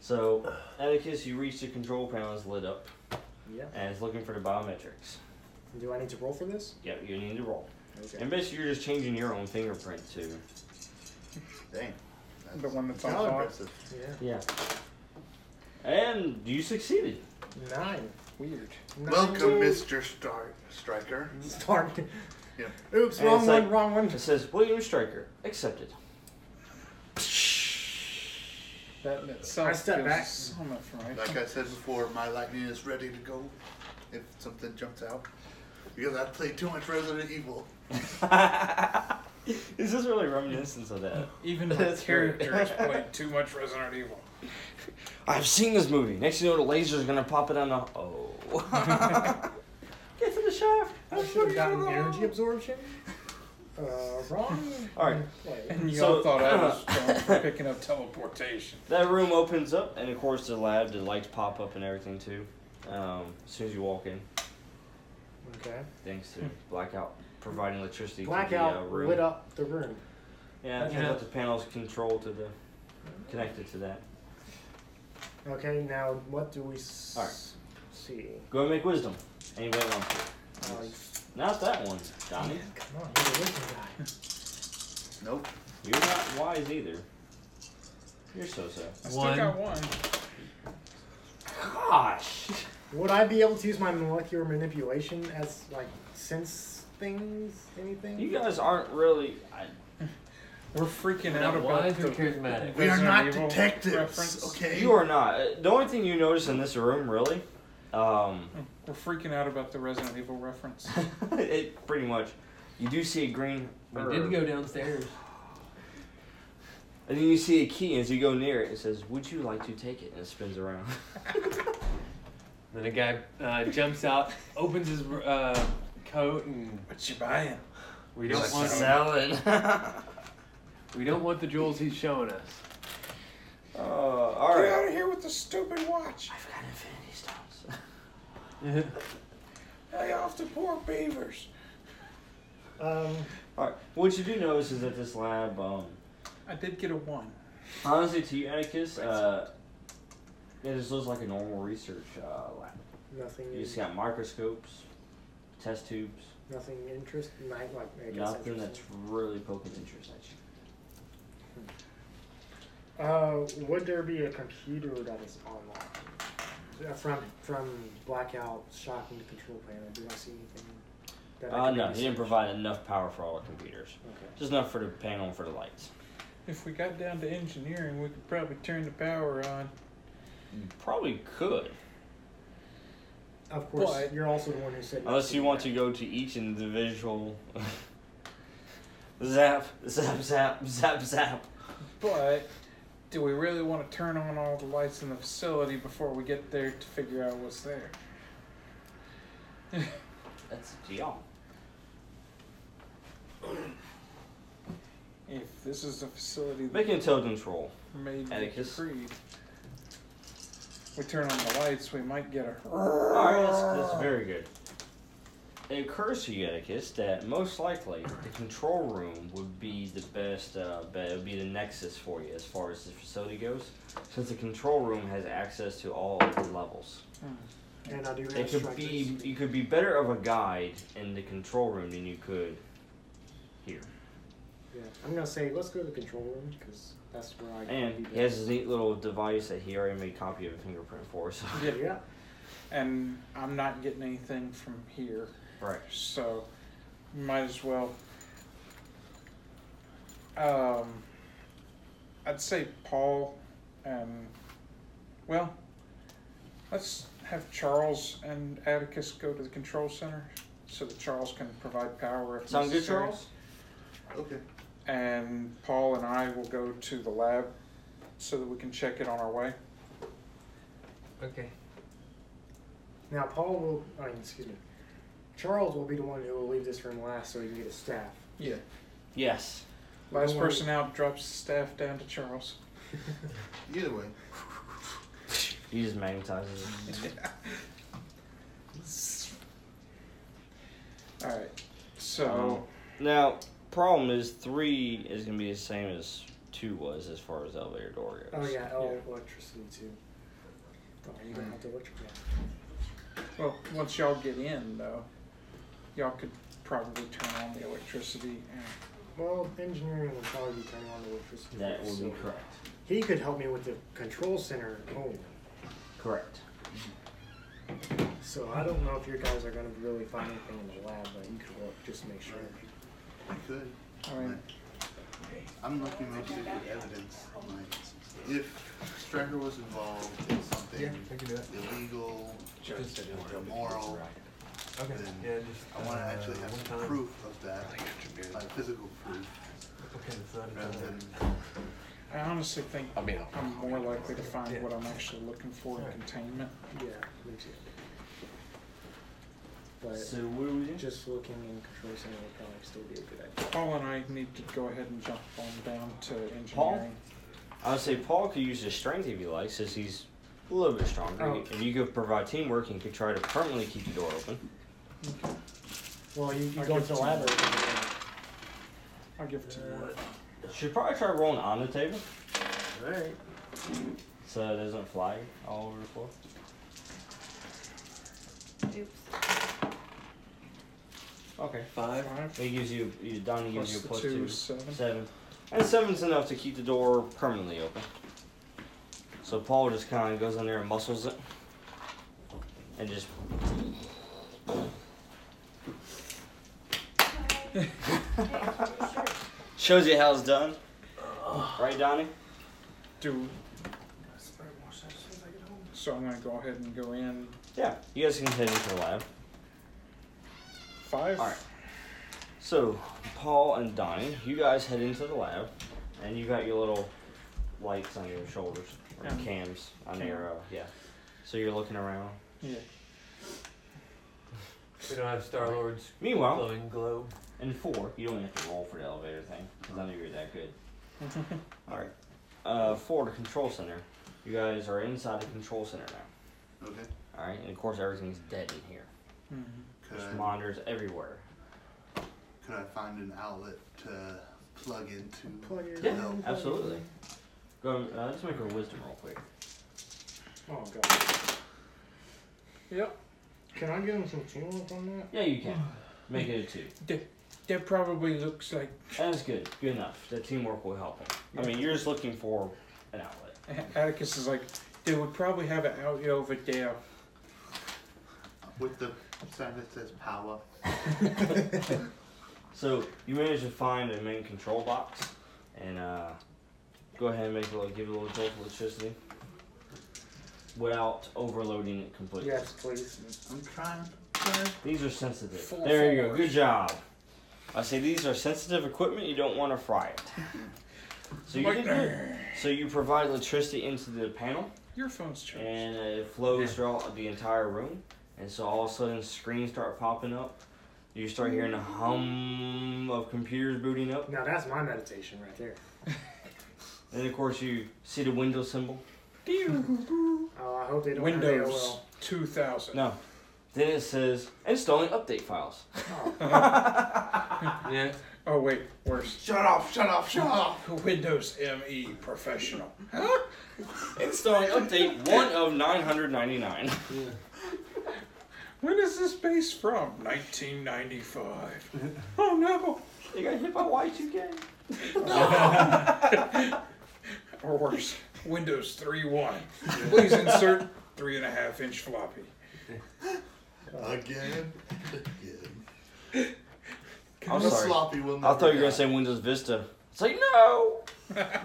[SPEAKER 3] So, Atticus, you reach the control panel, it's lit up,
[SPEAKER 5] Yeah.
[SPEAKER 3] and it's looking for the biometrics.
[SPEAKER 5] Do I need to roll for this?
[SPEAKER 3] Yep, you need to roll.
[SPEAKER 5] Okay.
[SPEAKER 3] And basically, you're just changing your own fingerprint too.
[SPEAKER 4] Dang.
[SPEAKER 6] The one that's on
[SPEAKER 4] kinda
[SPEAKER 6] top.
[SPEAKER 4] impressive.
[SPEAKER 5] Yeah.
[SPEAKER 3] Yeah. And you succeeded.
[SPEAKER 5] Nine.
[SPEAKER 6] Weird.
[SPEAKER 5] Nine
[SPEAKER 4] Welcome,
[SPEAKER 5] days.
[SPEAKER 4] Mr. Star Striker.
[SPEAKER 5] Stark.
[SPEAKER 4] Yep.
[SPEAKER 5] Oops,
[SPEAKER 3] And
[SPEAKER 5] wrong
[SPEAKER 3] it's
[SPEAKER 5] one,
[SPEAKER 3] like-
[SPEAKER 5] wrong one.
[SPEAKER 3] It says William Stryker accepted.
[SPEAKER 6] That in itself
[SPEAKER 5] I step
[SPEAKER 6] gives
[SPEAKER 5] back.
[SPEAKER 6] so much information.
[SPEAKER 4] Like I said before, my lightning is ready to go if something jumps out. Because I played too much Resident Evil.
[SPEAKER 3] This is really reminiscent of that.
[SPEAKER 6] Even my
[SPEAKER 3] That's weird.
[SPEAKER 6] characters played too much Resident Evil.
[SPEAKER 3] I've seen this movie. Next thing you know, the laser's gonna pop it on the. Oh. Get to the shaft.
[SPEAKER 5] I should have gotten energy absorption. Uh, wrong.
[SPEAKER 3] All right.
[SPEAKER 5] Wait.
[SPEAKER 6] And you
[SPEAKER 3] So-
[SPEAKER 6] all thought I was wrong for picking up teleportation.
[SPEAKER 3] That room opens up, and of course the lab, the lights pop up and everything too. Um, as soon as you walk in,
[SPEAKER 5] Okay.
[SPEAKER 3] thanks to blackout providing electricity to the uh,
[SPEAKER 5] Blackout
[SPEAKER 3] room.
[SPEAKER 5] lit up the room.
[SPEAKER 3] Yeah, I think
[SPEAKER 5] Yeah.
[SPEAKER 3] that the panel's controlled to the connected to that.
[SPEAKER 5] Okay, now what do we s-
[SPEAKER 3] All right.
[SPEAKER 5] see?
[SPEAKER 3] Go and make wisdom. Anybody wants to?
[SPEAKER 5] Oh,
[SPEAKER 3] Not that one, Donnie.
[SPEAKER 5] come on, you're the wisdom guy.
[SPEAKER 4] Nope.
[SPEAKER 3] You're not wise either. You're so so.
[SPEAKER 6] I still got one.
[SPEAKER 3] Gosh.
[SPEAKER 5] Would I be able to use my molecular manipulation as like sense things, anything?
[SPEAKER 3] You guys aren't really. I,
[SPEAKER 6] We're freaking
[SPEAKER 7] We're
[SPEAKER 6] out
[SPEAKER 7] not
[SPEAKER 6] about
[SPEAKER 7] wise,
[SPEAKER 6] the
[SPEAKER 7] we're charismatic.
[SPEAKER 4] We are
[SPEAKER 6] Resident
[SPEAKER 4] not
[SPEAKER 6] Evil
[SPEAKER 4] detectives,
[SPEAKER 6] reference.
[SPEAKER 4] okay?
[SPEAKER 3] you are not. Uh, The only thing you notice in this room, really, um,
[SPEAKER 6] We're freaking out about the Resident Evil reference.
[SPEAKER 3] it pretty much, you do see a green
[SPEAKER 7] We
[SPEAKER 3] herb,
[SPEAKER 7] did go downstairs.
[SPEAKER 3] and then you see a key, and as you go near it, it says, "Would you like to take it?" And it spins around.
[SPEAKER 7] Then a guy uh, jumps out, opens his uh, coat, and
[SPEAKER 6] What you buying?
[SPEAKER 7] we don't want
[SPEAKER 3] it. uh,
[SPEAKER 7] we don't want the jewels he's showing us.
[SPEAKER 3] Uh, all
[SPEAKER 6] Get out
[SPEAKER 3] right.
[SPEAKER 6] of here with the stupid watch.
[SPEAKER 3] I've got infinity stones.
[SPEAKER 6] Lay off the poor beavers.
[SPEAKER 5] Um,
[SPEAKER 3] all right. What you do notice is that this lab, um,
[SPEAKER 6] I did get a one.
[SPEAKER 3] honestly, to you, Atticus, uh, it just looks like a normal research uh, lab.
[SPEAKER 5] nothing.
[SPEAKER 3] You just got microscopes, test tubes,
[SPEAKER 5] Nothing interest. Like, like I guess
[SPEAKER 3] nothing that's
[SPEAKER 5] interesting.
[SPEAKER 3] really poking interest at you.
[SPEAKER 5] Uh, would there be a computer that is unlocked? Uh, From from blackout shocking to control panel. Do I see anything? That I
[SPEAKER 3] Uh,
[SPEAKER 5] can
[SPEAKER 3] no,
[SPEAKER 5] maybe
[SPEAKER 3] he didn't
[SPEAKER 5] search?
[SPEAKER 3] provide enough power for all the computers.
[SPEAKER 5] Okay.
[SPEAKER 3] Just enough for the panel and for the lights.
[SPEAKER 6] If we got down to engineering, we could probably turn the power on.
[SPEAKER 3] You probably could.
[SPEAKER 5] Of course,
[SPEAKER 6] But-
[SPEAKER 5] you're also the one who said.
[SPEAKER 3] Unless you want to go to each individual. zap, zap, zap, zap, zap.
[SPEAKER 6] But do we really want to turn on all the lights in the facility before we get there to figure out what's there?
[SPEAKER 3] That's up to y'all.
[SPEAKER 6] If this is a facility that
[SPEAKER 3] Make an intelligence roll.
[SPEAKER 6] made the
[SPEAKER 3] Atticus.
[SPEAKER 6] creed, we turn on the lights, we might get a.
[SPEAKER 3] Alright, that's, that's very good. It occurs to you, Atticus, that most likely the control room would be the best uh, bet. It would be the nexus for you as far as the facility goes, since the control room has access to all of the levels.
[SPEAKER 5] And I do have
[SPEAKER 3] It could
[SPEAKER 5] strikers.
[SPEAKER 3] be you could be better of a guide in the control room than you could here.
[SPEAKER 5] Yeah, I'm gonna say let's go to the control room because that's where I. can
[SPEAKER 3] And
[SPEAKER 5] be
[SPEAKER 3] he has this neat little device that he already made a copy of a fingerprint for. So
[SPEAKER 5] better. Yeah.
[SPEAKER 6] And I'm not getting anything from here,
[SPEAKER 3] right,
[SPEAKER 6] so might as well. Um, I'd say Paul and well, let's have Charles and Atticus go to the control center so that Charles can provide power if
[SPEAKER 3] Sound good,
[SPEAKER 6] necessary.
[SPEAKER 3] Charles?
[SPEAKER 4] Okay.
[SPEAKER 6] And Paul and I will go to the lab so that we can check it on our way.
[SPEAKER 7] Okay.
[SPEAKER 5] Now, Paul will, I mean, excuse me, Charles will be the one who will leave this room last so he can get his staff.
[SPEAKER 6] Yeah.
[SPEAKER 3] Yes.
[SPEAKER 6] Last
[SPEAKER 5] Don't worry.
[SPEAKER 6] person out drops the staff down to Charles.
[SPEAKER 4] Either way.
[SPEAKER 3] He just magnetizes it.
[SPEAKER 6] All right. So.
[SPEAKER 5] Um,
[SPEAKER 3] Now, problem is three is gonna be the same as two was as far as elevator door goes.
[SPEAKER 5] Oh, yeah, oh,
[SPEAKER 6] Yeah.
[SPEAKER 5] electricity too. Oh, you're gonna have to electric that.
[SPEAKER 3] Mm.
[SPEAKER 6] Well, once y'all get in, though, y'all could probably turn on the electricity. And
[SPEAKER 5] Well, engineering will probably be turning on the electricity.
[SPEAKER 3] That will be
[SPEAKER 5] so-
[SPEAKER 3] correct.
[SPEAKER 5] He could help me with the control center only.
[SPEAKER 3] Correct.
[SPEAKER 5] So I don't know if your guys are gonna really find anything in the lab, but you could look, just make sure.
[SPEAKER 4] I could.
[SPEAKER 6] I mean,
[SPEAKER 4] I'm looking mostly for evidence. Like, if Striker was involved in something
[SPEAKER 7] Yeah, I can do that.
[SPEAKER 4] illegal
[SPEAKER 7] Just-
[SPEAKER 4] or immoral,
[SPEAKER 7] Okay.
[SPEAKER 4] Then
[SPEAKER 7] Yeah, just.
[SPEAKER 4] I want to
[SPEAKER 7] uh,
[SPEAKER 4] actually
[SPEAKER 7] one
[SPEAKER 4] have
[SPEAKER 7] time.
[SPEAKER 4] proof of that, like physical proof,
[SPEAKER 7] Okay, it's not
[SPEAKER 4] rather than
[SPEAKER 6] I honestly think I
[SPEAKER 9] mean,
[SPEAKER 6] am more likely to find
[SPEAKER 7] Yeah.
[SPEAKER 6] what I'm actually looking for in
[SPEAKER 7] Sorry.
[SPEAKER 6] containment.
[SPEAKER 5] Yeah, me too.
[SPEAKER 3] So
[SPEAKER 5] But
[SPEAKER 3] what do we do?
[SPEAKER 5] just looking in control center would probably still be a good idea.
[SPEAKER 6] Paul and I need to go ahead and jump on down to engineering.
[SPEAKER 3] Paul? I would say Paul could use his strength if he likes, since he's a little bit stronger.
[SPEAKER 5] Oh.
[SPEAKER 3] If you could provide teamwork and could try to permanently keep the door open.
[SPEAKER 5] Well, you, you
[SPEAKER 6] I'll
[SPEAKER 5] go
[SPEAKER 6] give
[SPEAKER 5] to
[SPEAKER 6] it to
[SPEAKER 5] the lab
[SPEAKER 6] you.
[SPEAKER 5] or something.
[SPEAKER 6] I'll give it to you.
[SPEAKER 3] Uh, Should probably try rolling on the table
[SPEAKER 8] Alright.
[SPEAKER 3] so it doesn't fly all over the floor.
[SPEAKER 2] Oops.
[SPEAKER 3] Okay.
[SPEAKER 7] Five.
[SPEAKER 6] Five
[SPEAKER 3] It gives you, you Donnie gives
[SPEAKER 6] plus
[SPEAKER 3] you
[SPEAKER 6] the
[SPEAKER 3] a plus
[SPEAKER 6] two,
[SPEAKER 3] two.
[SPEAKER 6] is seven.
[SPEAKER 3] Seven. And seven's enough to keep the door permanently open. So Paul just kind of goes in there and muscles it. And just. Shows you how it's done. Right, Donnie?
[SPEAKER 6] Do. So I'm gonna go ahead and go in
[SPEAKER 3] Yeah. You guys can head into the lab.
[SPEAKER 6] five.
[SPEAKER 3] Alright. So, Paul and Donnie, you guys head into the lab, and you got your little lights on your shoulders, or
[SPEAKER 6] Yeah.
[SPEAKER 3] cams on
[SPEAKER 6] Cam.
[SPEAKER 3] your, uh, yeah. So you're looking around.
[SPEAKER 6] Yeah.
[SPEAKER 7] We don't have Star Lord's
[SPEAKER 3] Meanwhile,
[SPEAKER 7] glowing globe.
[SPEAKER 3] in four, you don't have to roll for the elevator thing, because I knew you were that good. Alright. Uh, four, the control center. You guys are inside the control center now.
[SPEAKER 4] okay.
[SPEAKER 3] Alright, and of course, everything's dead in here.
[SPEAKER 6] Mhm.
[SPEAKER 4] Could
[SPEAKER 3] There's
[SPEAKER 4] I,
[SPEAKER 3] monitors everywhere.
[SPEAKER 4] could I find an outlet to plug into?
[SPEAKER 5] Plug it
[SPEAKER 4] to
[SPEAKER 5] in.
[SPEAKER 4] help?
[SPEAKER 3] Absolutely. Go, uh, let's make a wisdom real quick.
[SPEAKER 5] Oh god.
[SPEAKER 6] Yep.
[SPEAKER 5] Can I give him some teamwork on that?
[SPEAKER 3] Yeah, you can. Make it a two.
[SPEAKER 6] That probably looks like
[SPEAKER 3] That's good. Good enough. The teamwork will help him. I mean, you're just looking for an outlet.
[SPEAKER 6] Atticus is like, they would probably have it out over there.
[SPEAKER 4] With the sign that says power.
[SPEAKER 3] So you manage to find a main control box, and uh, go ahead and make a little, give it a little jolt of electricity, without overloading it completely.
[SPEAKER 5] Yes, please.
[SPEAKER 4] I'm trying. trying.
[SPEAKER 3] These are sensitive.
[SPEAKER 6] Full
[SPEAKER 3] there you go.
[SPEAKER 6] force.
[SPEAKER 3] Good job. I say these are sensitive equipment. You don't want to fry it. So you did good. So you provide electricity into the panel.
[SPEAKER 6] Your phone's charged.
[SPEAKER 3] and it flows throughout the entire room. And so all of a sudden, screens start popping up. You start hearing the hum of computers booting up.
[SPEAKER 5] Now that's my meditation right there.
[SPEAKER 3] And of course, you see the Windows symbol.
[SPEAKER 5] Oh, I hope they don't have
[SPEAKER 6] Windows
[SPEAKER 5] AOL.
[SPEAKER 6] 2000.
[SPEAKER 3] No. Then it says installing update files.
[SPEAKER 7] Yeah.
[SPEAKER 6] Oh, wait, worse.
[SPEAKER 4] Shut off! Shut off! Shut off!
[SPEAKER 6] Windows ME Professional.
[SPEAKER 3] installing update one of 999.
[SPEAKER 6] When is this base from? 1995. oh, no.
[SPEAKER 3] You got hit by Y2K.
[SPEAKER 6] Or worse, Windows 3.1. Please insert three and a half inch floppy.
[SPEAKER 4] Again. Again.
[SPEAKER 3] I'm
[SPEAKER 4] The
[SPEAKER 3] sorry.
[SPEAKER 4] sloppy will
[SPEAKER 3] I thought you were
[SPEAKER 4] never
[SPEAKER 3] gonna say Windows Vista. It's like no.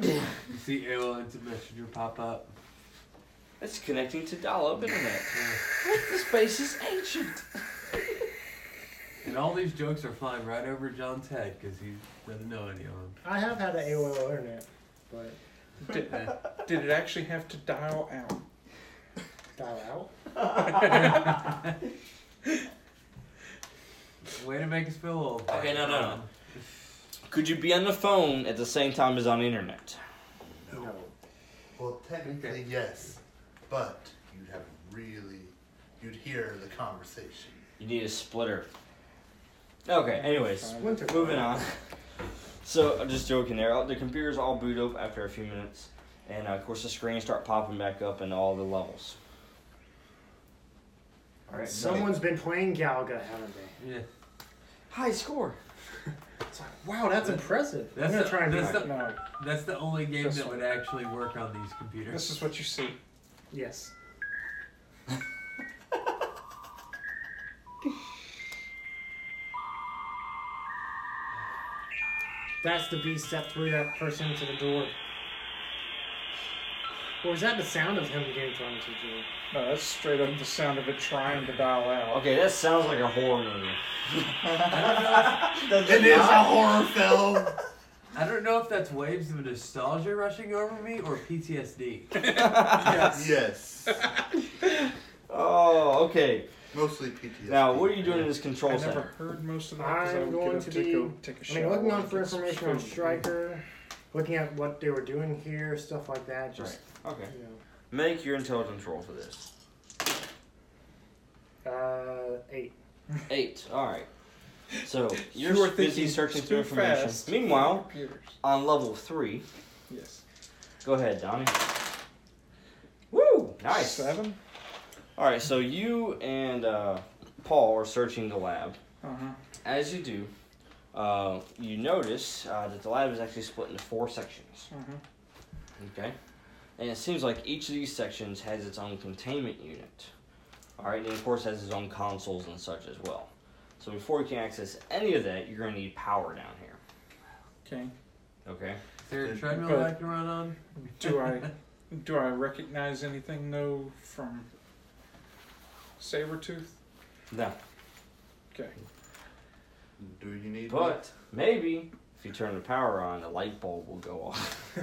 [SPEAKER 7] You see AOL Instant Messenger pop up.
[SPEAKER 3] It's connecting to dial-up internet. what the space is ancient.
[SPEAKER 7] And all these jokes are flying right over John's head because he doesn't know any of them.
[SPEAKER 5] I have had an AOL internet, but
[SPEAKER 6] Did, did it actually have to dial out?
[SPEAKER 5] dial out.
[SPEAKER 7] Way to make us feel old.
[SPEAKER 3] Okay, no, no,
[SPEAKER 7] Um,
[SPEAKER 3] no. Could you be on the phone at the same time as on internet?
[SPEAKER 5] No.
[SPEAKER 4] Well, technically,
[SPEAKER 7] Okay.
[SPEAKER 4] yes, but you'd have really, you'd hear the conversation.
[SPEAKER 3] You need a splitter. Okay. Anyways,
[SPEAKER 5] Winter.
[SPEAKER 3] moving on. So I'm just joking there. The computers all boot up after a few minutes, and uh, of course the screens start popping back up in all the levels.
[SPEAKER 7] All right,
[SPEAKER 5] Someone's been playing Galaga, haven't they?
[SPEAKER 7] Yeah.
[SPEAKER 3] High score.
[SPEAKER 5] It's like, wow, that's impressive.
[SPEAKER 7] That's
[SPEAKER 5] I'm gonna
[SPEAKER 7] the-
[SPEAKER 5] try and do
[SPEAKER 7] that's
[SPEAKER 5] that.
[SPEAKER 7] the-
[SPEAKER 6] No,
[SPEAKER 7] That's the only game
[SPEAKER 6] This
[SPEAKER 7] that
[SPEAKER 6] one.
[SPEAKER 7] would actually work on these computers.
[SPEAKER 6] this is what you see.
[SPEAKER 5] Yes. That's the beast that threw that person into the door. Or is that the sound of him getting thrown into the door?
[SPEAKER 6] No, that's straight up the sound of it trying to dial out.
[SPEAKER 3] Okay, that sounds like a horror movie.
[SPEAKER 4] It is a horror film.
[SPEAKER 7] I don't know if that's waves of nostalgia rushing over me or PTSD.
[SPEAKER 4] yes,
[SPEAKER 3] Oh, okay.
[SPEAKER 4] mostly PTSD.
[SPEAKER 3] Now, what are you doing in this
[SPEAKER 6] I
[SPEAKER 3] control
[SPEAKER 6] never
[SPEAKER 3] center?
[SPEAKER 6] heard most of that. 'cause I would
[SPEAKER 5] I'm going
[SPEAKER 6] get
[SPEAKER 5] to
[SPEAKER 6] up
[SPEAKER 5] be.
[SPEAKER 6] go take a
[SPEAKER 5] I
[SPEAKER 6] shower.
[SPEAKER 5] mean, looking
[SPEAKER 6] and
[SPEAKER 5] on for
[SPEAKER 6] get some
[SPEAKER 5] information on
[SPEAKER 6] food.
[SPEAKER 5] Striker, looking at what they were doing here, stuff like that. Just
[SPEAKER 3] Okay.
[SPEAKER 5] you know.
[SPEAKER 3] Make your intelligence roll for this.
[SPEAKER 5] Uh, eight.
[SPEAKER 3] Eight. All right. So you're
[SPEAKER 6] You are
[SPEAKER 3] busy
[SPEAKER 6] thinking
[SPEAKER 3] searching
[SPEAKER 6] too
[SPEAKER 3] through information.
[SPEAKER 6] fast.
[SPEAKER 3] Meanwhile,
[SPEAKER 6] Computers.
[SPEAKER 3] on level three,
[SPEAKER 6] Yes.
[SPEAKER 3] go ahead, Donnie. Woo! Nice.
[SPEAKER 6] Seven.
[SPEAKER 3] All right. So you and uh, Paul are searching the lab.
[SPEAKER 6] Uh huh.
[SPEAKER 3] As you do, uh, you notice uh, that the lab is actually split into four sections.
[SPEAKER 6] Uh huh.
[SPEAKER 3] Okay. And it seems like each of these sections has its own containment unit. Alright, and of course has its own consoles and such as well. So before you can access any of that, you're gonna need power down here.
[SPEAKER 6] Okay.
[SPEAKER 3] Okay.
[SPEAKER 7] Is there a treadmill
[SPEAKER 6] But-
[SPEAKER 7] I can run on?
[SPEAKER 6] Do I do I recognize anything though from Sabretooth?
[SPEAKER 3] No.
[SPEAKER 6] Okay.
[SPEAKER 4] Do you need?
[SPEAKER 3] But maybe if you turn the power on, the light bulb will go off.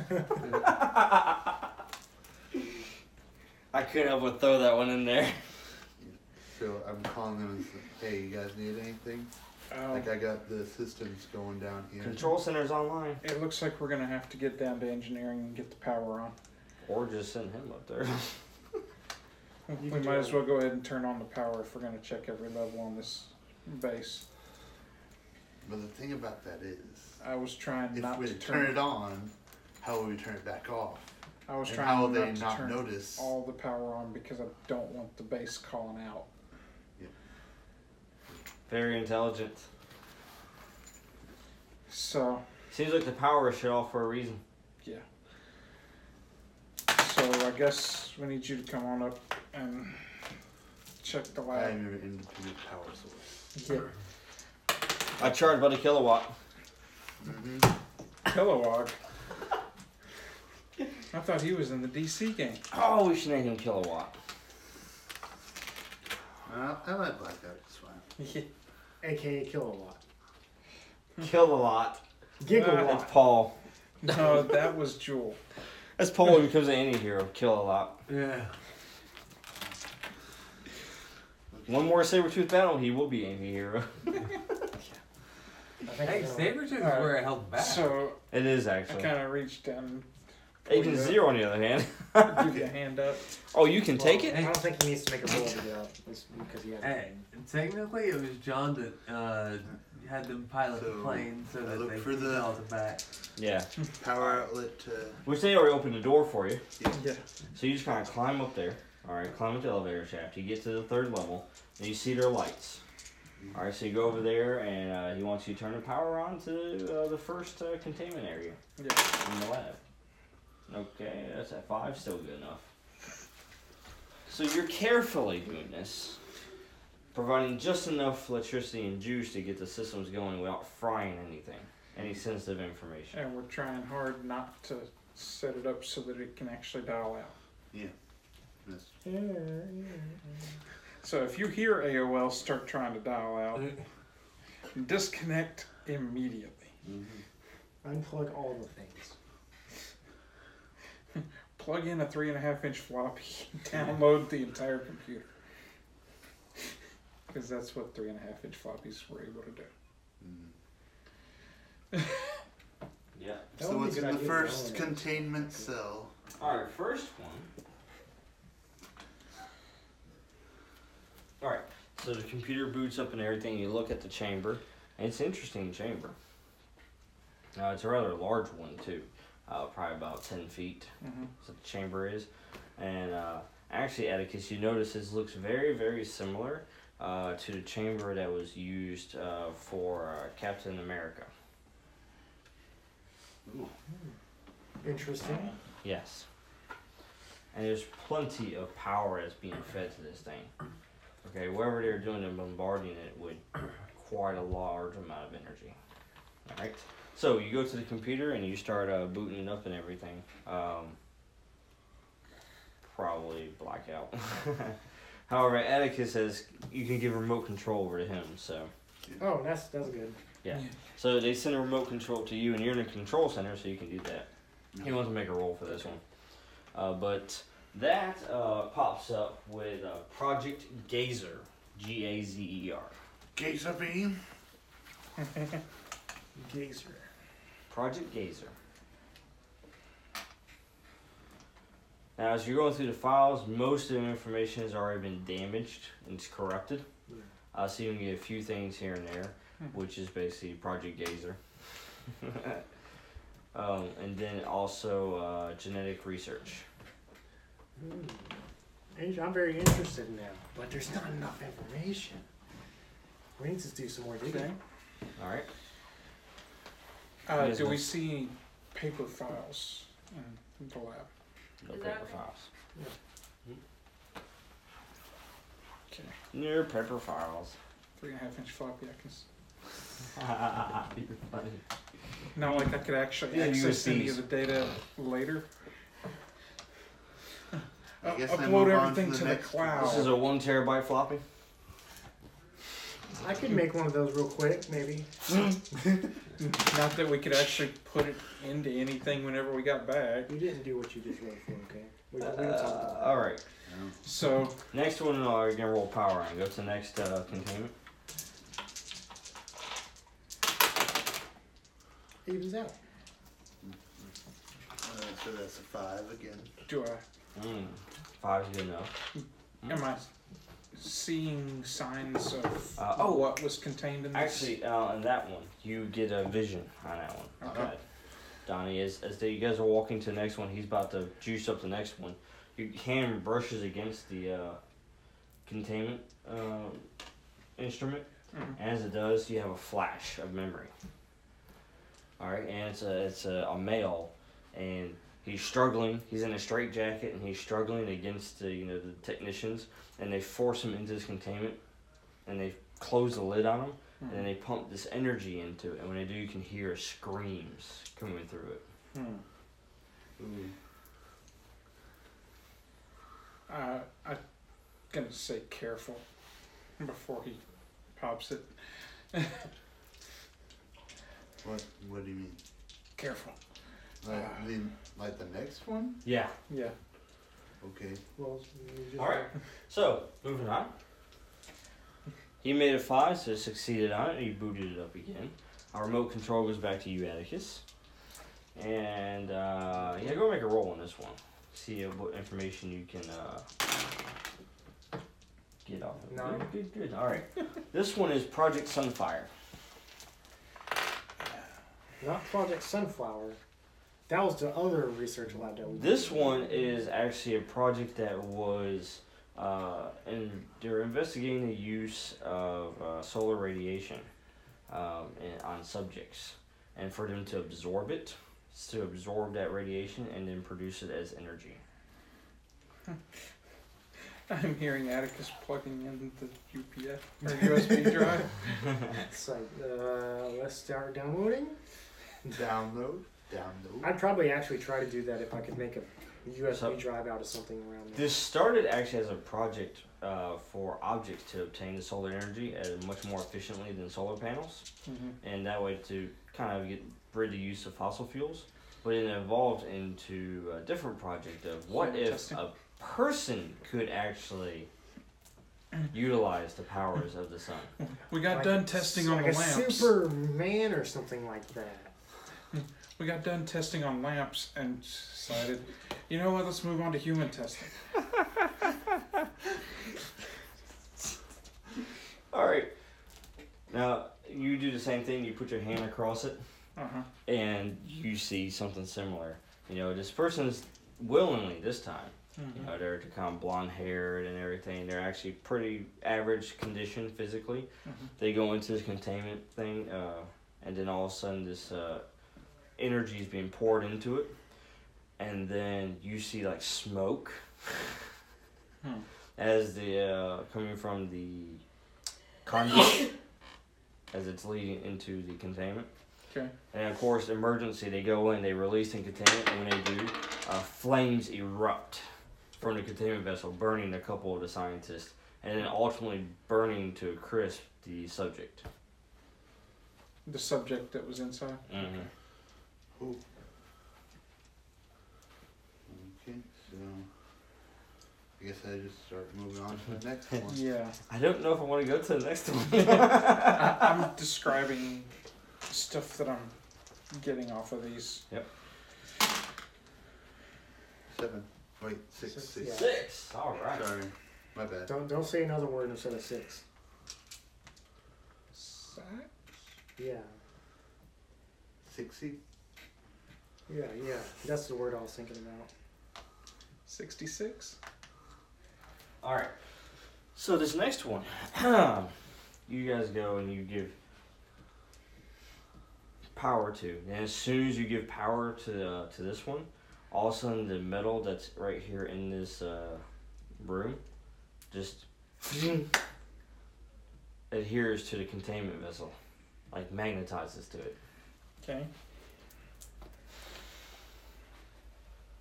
[SPEAKER 3] I couldn't help but throw that one in there.
[SPEAKER 4] So I'm calling them and saying, "Hey, you guys need anything?
[SPEAKER 6] Um,
[SPEAKER 4] Like I got the systems going down here.
[SPEAKER 3] Control center's online.
[SPEAKER 6] it looks like we're gonna have to get down to engineering and get the power on.
[SPEAKER 3] Or just send him up there.
[SPEAKER 6] We
[SPEAKER 5] can do
[SPEAKER 6] might as
[SPEAKER 5] it.
[SPEAKER 6] well go ahead and turn on the power if we're gonna check every level on this base.
[SPEAKER 4] But the thing about that is,
[SPEAKER 6] I was trying
[SPEAKER 4] if
[SPEAKER 6] not
[SPEAKER 4] we
[SPEAKER 6] to
[SPEAKER 4] turn it on, how will we turn it back off?
[SPEAKER 6] I was
[SPEAKER 4] And
[SPEAKER 6] trying
[SPEAKER 4] how will
[SPEAKER 6] not
[SPEAKER 4] they
[SPEAKER 6] to
[SPEAKER 4] not
[SPEAKER 6] turn
[SPEAKER 4] notice?
[SPEAKER 6] all the power on because I don't want the base calling out.
[SPEAKER 3] Very intelligent.
[SPEAKER 6] So
[SPEAKER 3] Seems like the power is shut off for a reason.
[SPEAKER 6] so I guess we need you to come on up and check the
[SPEAKER 4] I
[SPEAKER 6] lab.
[SPEAKER 4] am your independent power source.
[SPEAKER 6] Yeah.
[SPEAKER 3] I charge about a kilowatt.
[SPEAKER 4] Mm-hmm.
[SPEAKER 6] Kilowog. I thought he was in the DC game.
[SPEAKER 3] Oh, we should name him Kilowatt.
[SPEAKER 4] Uh, I like like that. It's fine.
[SPEAKER 5] AKA kilowatt.
[SPEAKER 3] Kilowatt. That's
[SPEAKER 5] Gigawatt.
[SPEAKER 3] Paul.
[SPEAKER 6] No, that was Jewel.
[SPEAKER 3] That's Paul who becomes an anti hero. Kilowatt.
[SPEAKER 7] Yeah.
[SPEAKER 3] One more Sabretooth battle, he will be anti hero.
[SPEAKER 5] I think
[SPEAKER 7] Hey,
[SPEAKER 5] it's gonna-
[SPEAKER 7] Sabretooth is
[SPEAKER 6] Alright.
[SPEAKER 7] where I held back.
[SPEAKER 6] So
[SPEAKER 3] It is
[SPEAKER 6] I
[SPEAKER 3] actually.
[SPEAKER 6] kind of reached down
[SPEAKER 3] Agent Zero, on the other hand.
[SPEAKER 6] and gave you a hand up.
[SPEAKER 3] Oh, you can take it?
[SPEAKER 5] I don't think he needs to make a roll to get up. It's because he has.
[SPEAKER 7] hey, technically it was John that uh, had them pilot the
[SPEAKER 4] So,
[SPEAKER 7] plane so
[SPEAKER 4] I
[SPEAKER 7] that
[SPEAKER 4] look
[SPEAKER 7] they
[SPEAKER 4] for
[SPEAKER 7] could
[SPEAKER 4] the-
[SPEAKER 7] all the back.
[SPEAKER 3] Yeah.
[SPEAKER 4] Power outlet to.
[SPEAKER 3] Which they already opened the door for you.
[SPEAKER 6] Yeah.
[SPEAKER 3] So you just kind of climb up there. Alright, climb up the elevator shaft. You get to the third level, and you see their lights. Alright, so you go over there, and uh, he wants you to turn the power on to uh, the first uh, containment area
[SPEAKER 6] Yeah.
[SPEAKER 3] in the lab. Okay, that's at five, still good enough. So you're carefully doing this. providing just enough electricity and juice to get the systems going without frying anything, any sensitive information.
[SPEAKER 6] And we're trying hard not to set it up so that it can actually dial out.
[SPEAKER 4] That's-
[SPEAKER 5] Yeah, yeah.
[SPEAKER 6] So if you hear AOL start trying to dial out, disconnect immediately.
[SPEAKER 5] Unplug all the things.
[SPEAKER 6] Plug in a three and a half inch floppy, download the entire computer. Because that's what three and a half inch floppies were able to do.
[SPEAKER 3] Yeah.
[SPEAKER 5] That
[SPEAKER 4] So
[SPEAKER 5] would be
[SPEAKER 4] what's
[SPEAKER 5] a
[SPEAKER 4] in
[SPEAKER 5] good
[SPEAKER 4] the
[SPEAKER 5] idea,
[SPEAKER 4] first
[SPEAKER 5] really.
[SPEAKER 4] containment cell?
[SPEAKER 3] All right, first one. All right, so the computer boots up and everything. You look at the chamber, and it's an interesting chamber. Now it's a rather large one too, uh, probably about ten feet.
[SPEAKER 6] Mhm.
[SPEAKER 3] is what the chamber is, and uh, actually, Atticus, you notice this looks very, very similar uh, to the chamber that was used uh, for uh, Captain America.
[SPEAKER 5] Interesting.
[SPEAKER 3] Yes. And there's plenty of power that's being fed to this thing. Okay, whatever they're doing and bombarding it with quite a large amount of energy. Alright? So you go to the computer and you start uh, booting it up and everything. Um, probably blackout. However, Atticus says you can give remote control over to him, so.
[SPEAKER 5] Oh, that's that's good.
[SPEAKER 3] So they send a remote control to you, and you're in a control center, so you can do that. He wants to make a roll for this one. Uh, but that uh, pops up with uh, Project Gazer. G A Z E R.
[SPEAKER 4] Gazer beam.
[SPEAKER 5] Gazer.
[SPEAKER 3] Project Gazer. Now, as you're going through the files, most of the information has already been damaged and it's corrupted.
[SPEAKER 5] Yeah.
[SPEAKER 3] Uh, so you can get a few things here and there,
[SPEAKER 2] Hmm.
[SPEAKER 3] which is basically Project Gazer. um, and then also uh, genetic research.
[SPEAKER 5] Angel, I'm very interested now, but there's not enough information. We need to do some more digging.
[SPEAKER 6] Okay.
[SPEAKER 3] All right.
[SPEAKER 6] Uh,
[SPEAKER 3] Yes,
[SPEAKER 6] do we
[SPEAKER 3] ma'am.
[SPEAKER 6] see any paper files in the lab?
[SPEAKER 3] No
[SPEAKER 2] Is
[SPEAKER 3] paper
[SPEAKER 2] that okay?
[SPEAKER 3] files.
[SPEAKER 6] Okay.
[SPEAKER 3] No paper files.
[SPEAKER 6] Three and a half inch floppy. I can. s-
[SPEAKER 3] You're funny.
[SPEAKER 6] Not like I could actually
[SPEAKER 3] Yeah, you
[SPEAKER 6] access
[SPEAKER 3] see.
[SPEAKER 6] any of the data later.
[SPEAKER 4] I
[SPEAKER 6] Uh,
[SPEAKER 4] guess I
[SPEAKER 6] upload
[SPEAKER 4] move on
[SPEAKER 6] everything
[SPEAKER 4] to
[SPEAKER 6] to
[SPEAKER 4] the
[SPEAKER 6] the,
[SPEAKER 4] next one.
[SPEAKER 6] cloud.
[SPEAKER 3] This is a one terabyte floppy.
[SPEAKER 5] I could make one of those real quick, maybe.
[SPEAKER 6] Not that we could actually put it into anything whenever we got back.
[SPEAKER 5] You didn't do what you did before, okay? We, we don't talk
[SPEAKER 3] Uh,
[SPEAKER 5] about
[SPEAKER 3] all right.
[SPEAKER 6] So
[SPEAKER 3] Next one, uh, you're gonna roll power on. Go to the next uh, containment.
[SPEAKER 5] it. Evens out.
[SPEAKER 4] Uh, so that's a five again.
[SPEAKER 6] do I?
[SPEAKER 3] Mm. Five's good enough. Hmm?
[SPEAKER 6] Am I seeing signs of
[SPEAKER 3] Uh, oh.
[SPEAKER 6] what was contained in this?
[SPEAKER 3] Actually, uh, on that one, you get a vision on that one. My
[SPEAKER 6] Okay.
[SPEAKER 3] bad. Donnie, as, as they, you guys are walking to the next one, he's about to juice up the next one. Your hand brushes against the uh, containment uh, instrument.
[SPEAKER 6] Mhm.
[SPEAKER 3] As it does, you have a flash of memory. All right, and it's a it's a, a male, and he's struggling. He's in a straitjacket, and he's struggling against the you know the technicians, and they force him into this containment, and they close the lid on him, and then they pump this energy into it. And when they do, you can hear screams coming through it.
[SPEAKER 6] Hmm.
[SPEAKER 3] Hmm.
[SPEAKER 4] Ooh.
[SPEAKER 6] Uh, I'm gonna say careful before he pops it.
[SPEAKER 4] What? What do you mean?
[SPEAKER 6] Careful.
[SPEAKER 4] Like the like the next one?
[SPEAKER 3] Yeah.
[SPEAKER 6] Yeah.
[SPEAKER 4] Okay.
[SPEAKER 5] Well, you just,
[SPEAKER 3] All right. So moving on. He made a five, so succeeded on it. He booted it up again. Our remote control goes back to you, Atticus. And uh, yeah, go make a roll on this one. See uh, what information you can uh, get off of. it.
[SPEAKER 5] Nine.
[SPEAKER 3] Good, good, good. All right. this one is Project Sunfire.
[SPEAKER 5] Not Project Sunflower. That was the other research lab that we
[SPEAKER 3] This one is actually a project that was, uh, and they're investigating the use of uh, solar radiation um, in, on subjects, and for them to absorb it, s- to absorb that radiation and then produce it as energy.
[SPEAKER 6] I'm hearing Atticus plugging in the UPF or USB drive.
[SPEAKER 5] It's like, uh, let's start downloading.
[SPEAKER 4] Download, download.
[SPEAKER 5] I'd probably actually try to do that if I could make a USB
[SPEAKER 3] So-
[SPEAKER 5] drive out of something around there.
[SPEAKER 3] This started actually as a project uh, for objects to obtain the solar energy as much more efficiently than solar panels.
[SPEAKER 6] Mhm.
[SPEAKER 3] and that way to kind of get rid of the use of fossil fuels. But it evolved into a different project of what
[SPEAKER 6] Human
[SPEAKER 3] if
[SPEAKER 6] testing.
[SPEAKER 3] a person could actually utilize the powers of the sun.
[SPEAKER 6] We got
[SPEAKER 5] Like-
[SPEAKER 6] done testing on
[SPEAKER 5] like
[SPEAKER 6] the
[SPEAKER 5] a
[SPEAKER 6] lamps.
[SPEAKER 5] Superman or something like that.
[SPEAKER 6] We got done testing on lamps and decided, you know what? Let's move on to human testing.
[SPEAKER 3] All right. Now you do the same thing. You put your hand across it,
[SPEAKER 6] Uh
[SPEAKER 5] Uh-huh.
[SPEAKER 6] huh.
[SPEAKER 3] and you see something similar. You know, this person's willingly this time. You know, they're kind of blonde haired and everything. They're actually pretty average condition physically. They go into this containment thing, uh, and then all of a sudden, this uh, energy is being poured into it. And then you see like smoke
[SPEAKER 6] Hmm.
[SPEAKER 3] as the uh, coming from the conduit as it's leading into the containment.
[SPEAKER 6] Okay.
[SPEAKER 3] And of course, emergency, they go in, they release and contain it, and when they do, uh, flames erupt from the containment vessel, burning a couple of the scientists, and then ultimately burning to a crisp the subject.
[SPEAKER 6] The subject that was inside.
[SPEAKER 3] Mm-hmm.
[SPEAKER 4] Okay, so I guess I just start moving on to the next one.
[SPEAKER 6] Yeah.
[SPEAKER 3] I don't know if I want to go to the next one.
[SPEAKER 6] I, I'm describing stuff that I'm getting off of these.
[SPEAKER 4] Seven. Wait, six,
[SPEAKER 5] Six,
[SPEAKER 4] six.
[SPEAKER 5] yeah.
[SPEAKER 3] Six. All right.
[SPEAKER 4] Sorry, my bad.
[SPEAKER 5] Don't don't say another word instead of six.
[SPEAKER 6] Sack?
[SPEAKER 5] Yeah,
[SPEAKER 4] Sixty.
[SPEAKER 5] yeah, yeah. That's the word I was thinking about.
[SPEAKER 6] 66?
[SPEAKER 3] All right. So this next one, you guys go and you give power to, and as soon as you give power to uh, to this one, all of a sudden the metal that's right here in this uh, room just adheres to the containment vessel, like magnetizes to it.
[SPEAKER 6] Okay.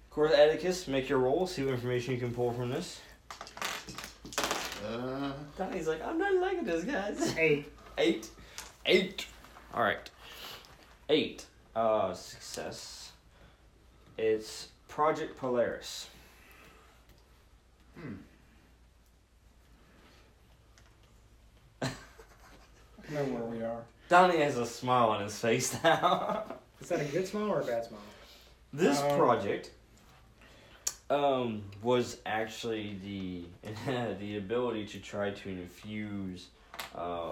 [SPEAKER 3] Of course, Atticus, make your roll. See what information you can pull from this.
[SPEAKER 4] Uh,
[SPEAKER 3] Donnie's like, I'm not liking this, guys.
[SPEAKER 5] Eight.
[SPEAKER 3] Eight. Eight. All right. Eight. Uh, success. It's Project Polaris.
[SPEAKER 6] I know where we are.
[SPEAKER 3] Donnie has a smile on his face now.
[SPEAKER 5] Is that a good smile or a bad smile?
[SPEAKER 3] this
[SPEAKER 6] Um.
[SPEAKER 3] project um, was actually the the ability to try to infuse uh,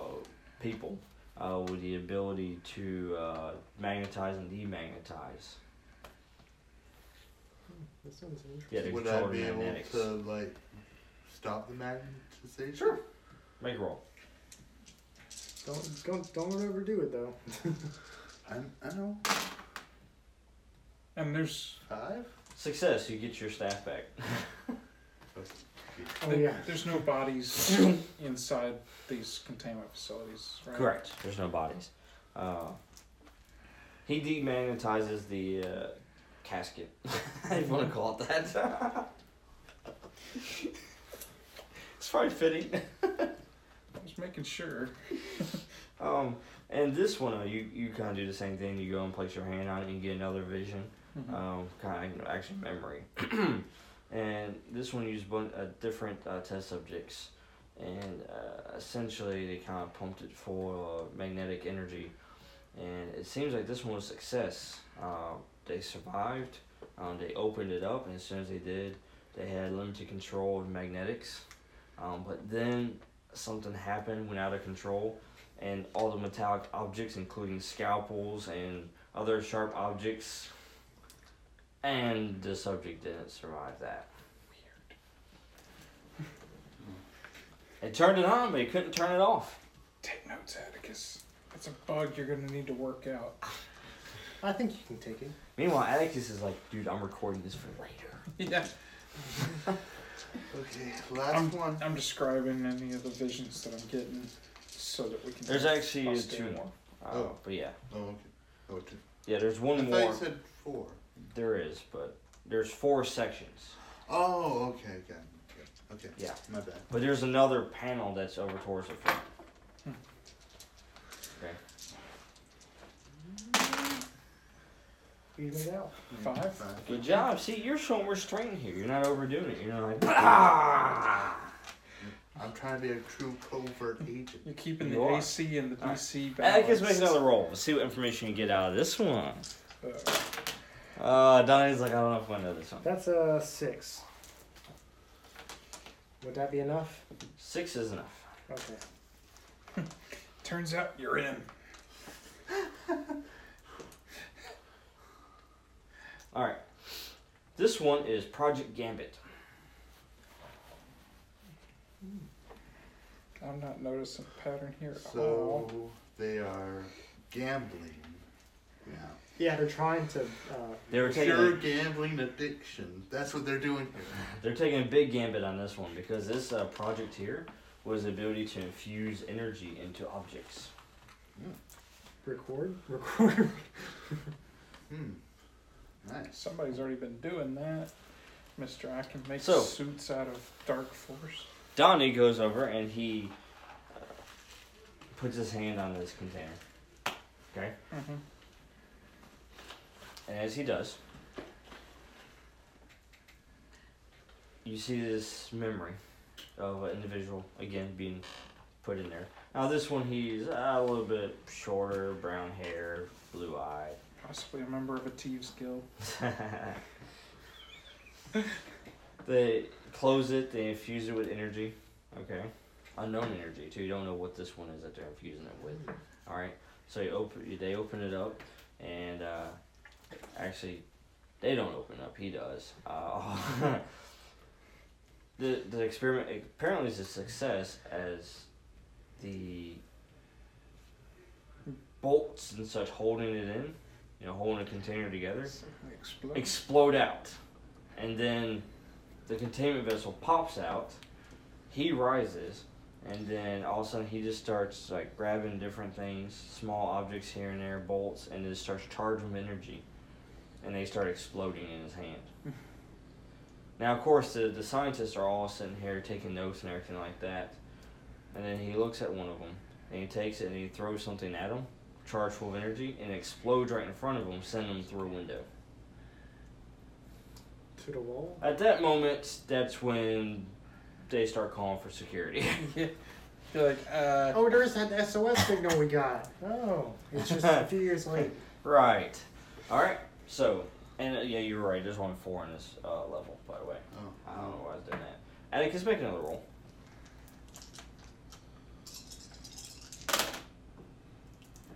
[SPEAKER 3] people uh, with the ability to uh, magnetize and demagnetize.
[SPEAKER 5] That sounds interesting.
[SPEAKER 3] Yeah, they
[SPEAKER 4] would I
[SPEAKER 3] control
[SPEAKER 4] be
[SPEAKER 3] the
[SPEAKER 4] able
[SPEAKER 3] magnetics.
[SPEAKER 4] to like stop the magnetization?
[SPEAKER 3] Sure. Make a roll.
[SPEAKER 5] Don't don't don't overdo it though.
[SPEAKER 4] I, I know.
[SPEAKER 6] And there's
[SPEAKER 4] Five.
[SPEAKER 3] Success, you get your staff back.
[SPEAKER 5] Oh
[SPEAKER 6] there-
[SPEAKER 5] yeah.
[SPEAKER 6] there's no bodies inside these containment facilities, right?
[SPEAKER 3] Correct. There's no bodies. Uh, he demagnetizes the uh, casket. if you want to call it that. it's probably fitting.
[SPEAKER 6] Just making sure.
[SPEAKER 3] Um, and this one, uh, you, you kind of do the same thing. You go and place your hand on it and you get another vision.
[SPEAKER 6] Mhm.
[SPEAKER 3] um, kind of action memory. and this one used bun- uh, different uh, test subjects, and uh, essentially they kind of pumped it full of magnetic energy. And it seems like this one was a success. Uh, they survived. Um, they opened it up, and as soon as they did, they had limited control of magnetics. Um, but then something happened, went out of control, and all the metallic objects, including scalpels and other sharp objects, and the subject didn't survive that. Weird. It turned it on, but it couldn't turn it off.
[SPEAKER 6] Take notes, Atticus. It's a bug you're going to need to work out.
[SPEAKER 5] I think you can take it.
[SPEAKER 3] Meanwhile, Atticus is like, dude, I'm recording this for later.
[SPEAKER 6] Yeah.
[SPEAKER 4] Okay, last
[SPEAKER 3] Um,
[SPEAKER 6] I'm,
[SPEAKER 4] one.
[SPEAKER 6] I'm describing any of the visions that I'm getting so that we can.
[SPEAKER 3] There's actually two
[SPEAKER 6] posterity.
[SPEAKER 3] more. Uh,
[SPEAKER 4] Oh.
[SPEAKER 3] But yeah.
[SPEAKER 4] Oh, okay. Oh, two.
[SPEAKER 3] Yeah, there's
[SPEAKER 4] I
[SPEAKER 3] one
[SPEAKER 4] thought
[SPEAKER 3] more.
[SPEAKER 4] you said four.
[SPEAKER 3] there is, but there's four sections.
[SPEAKER 4] Oh, okay, okay. Okay.
[SPEAKER 3] Yeah.
[SPEAKER 4] My bad.
[SPEAKER 3] But there's another panel that's over towards the front. Okay.
[SPEAKER 5] Even it out.
[SPEAKER 3] Hmm.
[SPEAKER 6] Five?
[SPEAKER 4] Fine.
[SPEAKER 3] Good job. See, you're showing restraint here. You're not overdoing it. You're not like. "Ah!"
[SPEAKER 4] I'm trying to be a true covert agent.
[SPEAKER 6] You're keeping
[SPEAKER 3] You
[SPEAKER 6] the
[SPEAKER 3] are.
[SPEAKER 6] AC and the
[SPEAKER 3] All right.
[SPEAKER 6] DC back.
[SPEAKER 3] Atticus makes another roll. Let's see what information you get out of this one.
[SPEAKER 6] Uh,
[SPEAKER 3] Uh, Donnie's like, I don't know if I know this one.
[SPEAKER 5] That's a six. Would that be enough?
[SPEAKER 3] Six is enough.
[SPEAKER 5] Okay.
[SPEAKER 6] turns out you're in.
[SPEAKER 3] All right. This one is Project Gambit.
[SPEAKER 6] I'm not noticing a pattern here at all.
[SPEAKER 4] So they are gambling. Yeah.
[SPEAKER 5] Yeah, they're trying to. Uh,
[SPEAKER 3] They were taking
[SPEAKER 4] Pure gambling addiction. That's what they're doing here.
[SPEAKER 3] they're taking a big gambit on this one because this uh, project here was the ability to infuse energy into objects.
[SPEAKER 5] record? Record?
[SPEAKER 4] Hmm. Nice.
[SPEAKER 6] Somebody's already been doing that. Mister, I can make
[SPEAKER 3] So-
[SPEAKER 6] suits out of dark force.
[SPEAKER 3] Donnie goes over and he uh, puts his hand on this container. Okay?
[SPEAKER 6] Mhm.
[SPEAKER 3] And as he does, you see this memory of an individual again being put in there. Now, this one, he's a little bit shorter, brown hair, blue eye.
[SPEAKER 6] Possibly a member of a thieves guild.
[SPEAKER 3] they close it, they infuse it with energy. Okay. Unknown energy too. You don't know what this one is that they're infusing it with. Alright. So you open they open it up and uh, actually they don't open up, he does. Uh, the the experiment apparently is a success as the bolts and such holding it in, you know, holding a container together
[SPEAKER 6] Explode.
[SPEAKER 3] explode out. And then the containment vessel pops out. He rises. And then all of a sudden he just starts like grabbing different things, small objects here and there, bolts, and then starts charging them energy. And they start exploding in his hand. now, of course, the, the scientists are all sitting here taking notes and everything like that. And then he looks at one of them and he takes it and he throws something at him, charged full of energy, and it explodes right in front of him, sending him through a window.
[SPEAKER 5] to the wall?
[SPEAKER 3] At that moment, that's when they start calling for security.
[SPEAKER 6] yeah. You're like, uh,
[SPEAKER 5] Oh, there's that SOS signal we got. Oh, it's just a few years late.
[SPEAKER 3] right. All right. So, and uh, yeah, you're right. There's only four in this uh, level, by the way.
[SPEAKER 4] Oh.
[SPEAKER 3] I don't know why I was doing that. Atticus, make another roll.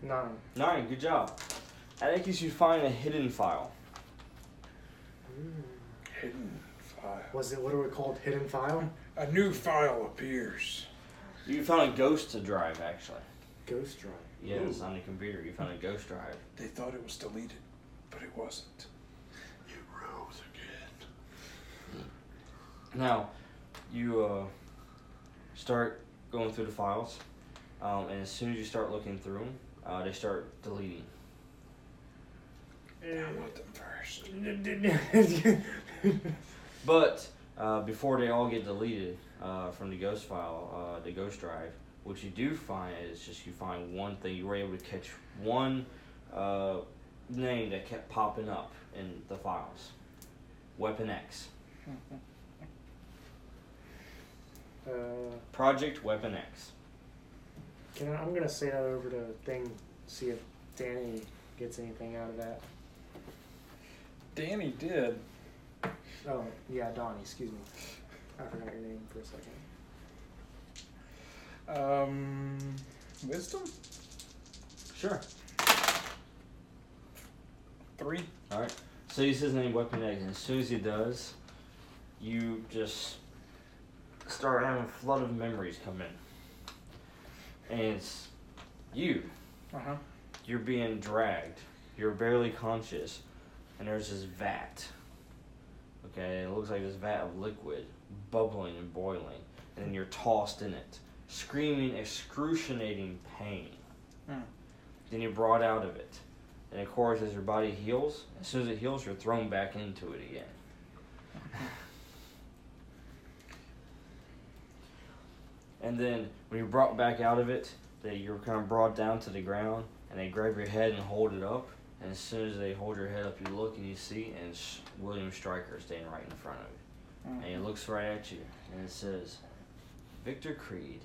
[SPEAKER 5] Nine.
[SPEAKER 3] Nine. Good job. Atticus, you find a hidden file.
[SPEAKER 6] hidden file.
[SPEAKER 5] Was it literally called Hidden File?
[SPEAKER 6] A new file appears.
[SPEAKER 3] You found a ghost to drive, actually.
[SPEAKER 5] Ghost Drive.
[SPEAKER 3] Yes, on the computer, you found a ghost drive.
[SPEAKER 6] They thought it was deleted, but it wasn't.
[SPEAKER 4] It rose again.
[SPEAKER 3] Now, you uh, start going through the files, um, and as soon as you start looking through them, uh, they start deleting.
[SPEAKER 6] Download them first.
[SPEAKER 5] Uh,
[SPEAKER 3] But uh, before they all get deleted uh, from the ghost file, uh, the ghost drive, what you do find is just you find one thing. You were able to catch one uh, name that kept popping up in the files Weapon X.
[SPEAKER 5] uh,
[SPEAKER 3] Project Weapon X.
[SPEAKER 5] can I, I'm gonna say that over the thing, see if Danny gets anything out of that.
[SPEAKER 6] Danny did.
[SPEAKER 5] Oh, yeah, Donnie, excuse me. I forgot your name for a second.
[SPEAKER 6] Um, wisdom?
[SPEAKER 3] Sure.
[SPEAKER 6] Three.
[SPEAKER 3] Alright. So he says name Weapon X, and as soon as he does, you just start having a flood of memories come in. And it's you.
[SPEAKER 6] Uh huh.
[SPEAKER 3] You're being dragged. You're barely conscious. And there's this vat. Okay, it looks like this vat of liquid bubbling and boiling, and then you're tossed in it, screaming excruciating pain.
[SPEAKER 6] Hmm.
[SPEAKER 3] Then you're brought out of it. And of course, as your body heals, as soon as it heals, you're thrown back into it again. And then when you're brought back out of it, that you're kind of brought down to the ground, and they grab your head and hold it up. And as soon as they hold your head up, you look and you see, and S- William Stryker standing right in front of you.
[SPEAKER 6] Hmm.
[SPEAKER 3] And he looks right at you, and it says, Victor Creed,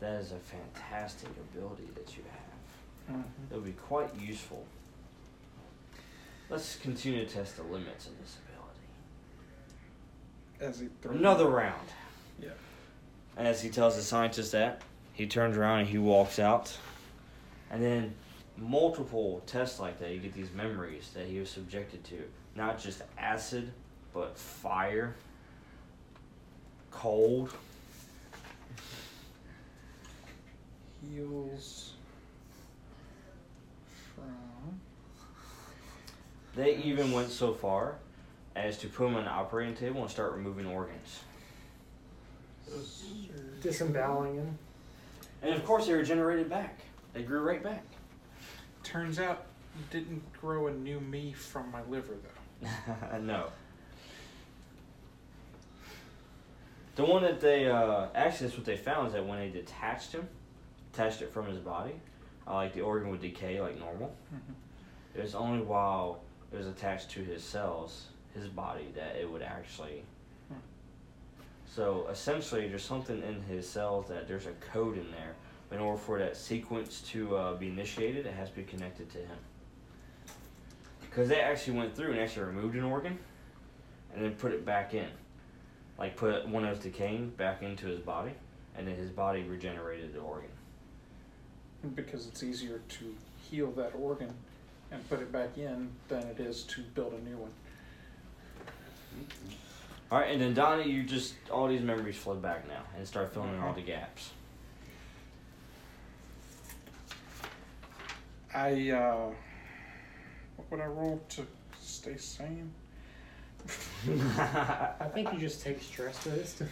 [SPEAKER 3] that is a fantastic ability that you have.
[SPEAKER 6] Mhm.
[SPEAKER 3] It would be quite useful. Let's continue to test the limits of this ability.
[SPEAKER 6] As he throws
[SPEAKER 3] Another round.
[SPEAKER 6] Yeah.
[SPEAKER 3] And as he tells the scientist that, he turns around and he walks out. And then multiple tests like that, you get these memories that he was subjected to. Not just acid, but fire, cold.
[SPEAKER 6] heals from
[SPEAKER 3] They even went so far as to put him on an operating table and start removing organs.
[SPEAKER 5] Disemboweling him.
[SPEAKER 3] And of course, they regenerated back. They grew right back.
[SPEAKER 6] Turns out you didn't grow a new me from my liver though.
[SPEAKER 3] no. The one that they uh, actually that's what they found is that when they detached him, detached it from his body, uh, like the organ would decay like normal. It was only while it was attached to his cells, his body, that it would actually.
[SPEAKER 6] Hmm.
[SPEAKER 3] So essentially, there's something in his cells that there's a code in there. In order for that sequence to uh, be initiated, it has to be connected to him. Because they actually went through and actually removed an organ, and then put it back in, like put one of decaying back into his body, and then his body regenerated the organ.
[SPEAKER 6] Because it's easier to heal that organ and put it back in than it is to build a new one.
[SPEAKER 3] All right, and then Donna, you just all these memories flood back now and start filling in all
[SPEAKER 6] Mhm.
[SPEAKER 3] the gaps.
[SPEAKER 6] I uh what would I roll to stay sane?
[SPEAKER 5] I think you just take stress test.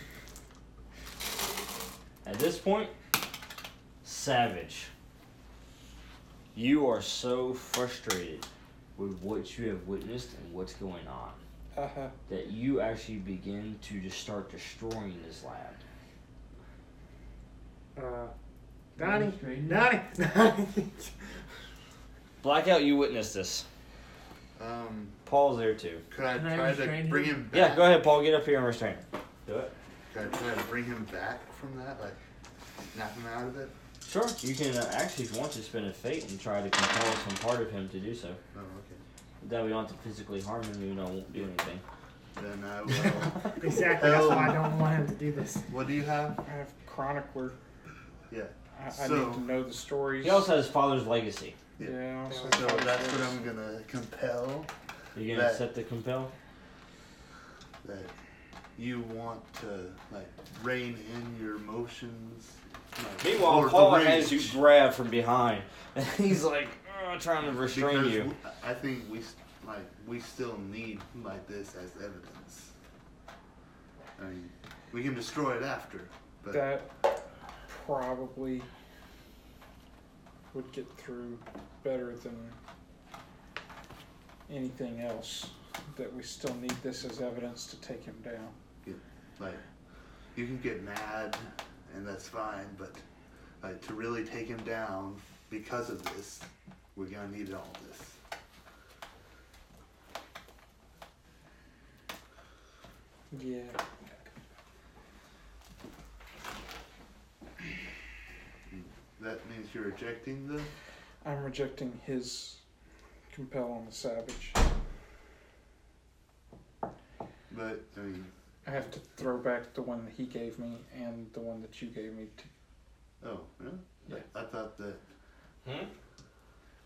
[SPEAKER 3] At this point, Savage, you are so frustrated with what you have witnessed and what's going on
[SPEAKER 6] Uh-huh.
[SPEAKER 3] that you actually begin to just start destroying this lab.
[SPEAKER 5] Uh, Donnie,
[SPEAKER 7] Straight.
[SPEAKER 5] Donnie, Donnie.
[SPEAKER 3] Blackout, you witnessed this.
[SPEAKER 4] Um,
[SPEAKER 3] Paul's there too.
[SPEAKER 4] could I
[SPEAKER 7] Can I
[SPEAKER 4] try to
[SPEAKER 7] restrain
[SPEAKER 4] bring
[SPEAKER 7] him?
[SPEAKER 4] him back?
[SPEAKER 3] Yeah, go ahead, Paul. Get up here and restrain him. Do it.
[SPEAKER 4] Could I try to bring him back from that? Like, snap him out of it?
[SPEAKER 3] Sure. You can uh, actually, if you want to, spin a fate and try to compel some part of him to do so.
[SPEAKER 4] Oh, okay.
[SPEAKER 3] That we don't have to physically harm him, even though I won't do anything.
[SPEAKER 4] Then I will.
[SPEAKER 5] exactly. That's why I don't want him to do this.
[SPEAKER 4] what do you have?
[SPEAKER 6] I have chronicler.
[SPEAKER 4] Yeah.
[SPEAKER 6] I, I
[SPEAKER 4] So-
[SPEAKER 6] need to know the stories.
[SPEAKER 3] He also has his father's legacy.
[SPEAKER 6] yeah, also
[SPEAKER 4] So that's what I'm gonna compel.
[SPEAKER 3] Are you gonna
[SPEAKER 4] That-
[SPEAKER 3] accept the compel?
[SPEAKER 4] That you want to like rein in your emotions. like, or
[SPEAKER 3] Meanwhile,
[SPEAKER 4] the
[SPEAKER 3] Paul has you
[SPEAKER 4] rage.
[SPEAKER 3] grabbed from behind, and he's like uh, trying to restrain
[SPEAKER 4] Because
[SPEAKER 3] you.
[SPEAKER 4] w- I think we s- like we still need like this as evidence. I mean, we can destroy it after, but
[SPEAKER 6] that probably would get through better than anything else. That we still need this as evidence to take him down.
[SPEAKER 4] like you can get mad and that's fine, but like to really take him down because of this, we're gonna need all this.
[SPEAKER 6] Yeah.
[SPEAKER 4] That means you're rejecting the
[SPEAKER 6] I'm rejecting his compel on the savage.
[SPEAKER 4] but I mean
[SPEAKER 6] I have to throw back the one that he gave me and the one that you gave me. To,
[SPEAKER 4] oh yeah?
[SPEAKER 6] Yeah.
[SPEAKER 4] I thought that
[SPEAKER 3] Hmm?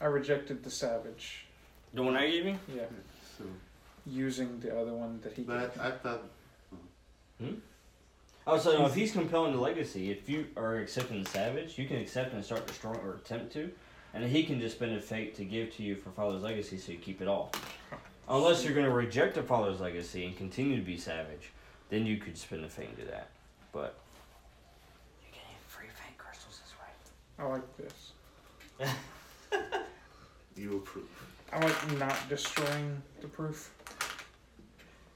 [SPEAKER 6] I rejected the savage.
[SPEAKER 3] The one I gave you?
[SPEAKER 6] Yeah.
[SPEAKER 4] so
[SPEAKER 6] Using the other one that he gave
[SPEAKER 4] but
[SPEAKER 6] me.
[SPEAKER 4] I, I thought
[SPEAKER 3] Oh, so no, if he's compelling the legacy, if you are accepting the savage, you can accept and start destroying or attempt to, and he can just spend a fate to give to you for father's legacy, so you keep it all. Unless you're going to reject the father's legacy and continue to be savage, then you could spin the fang to that. But you can get free fang crystals this way.
[SPEAKER 6] I like this.
[SPEAKER 4] You approve.
[SPEAKER 6] I like not destroying the proof,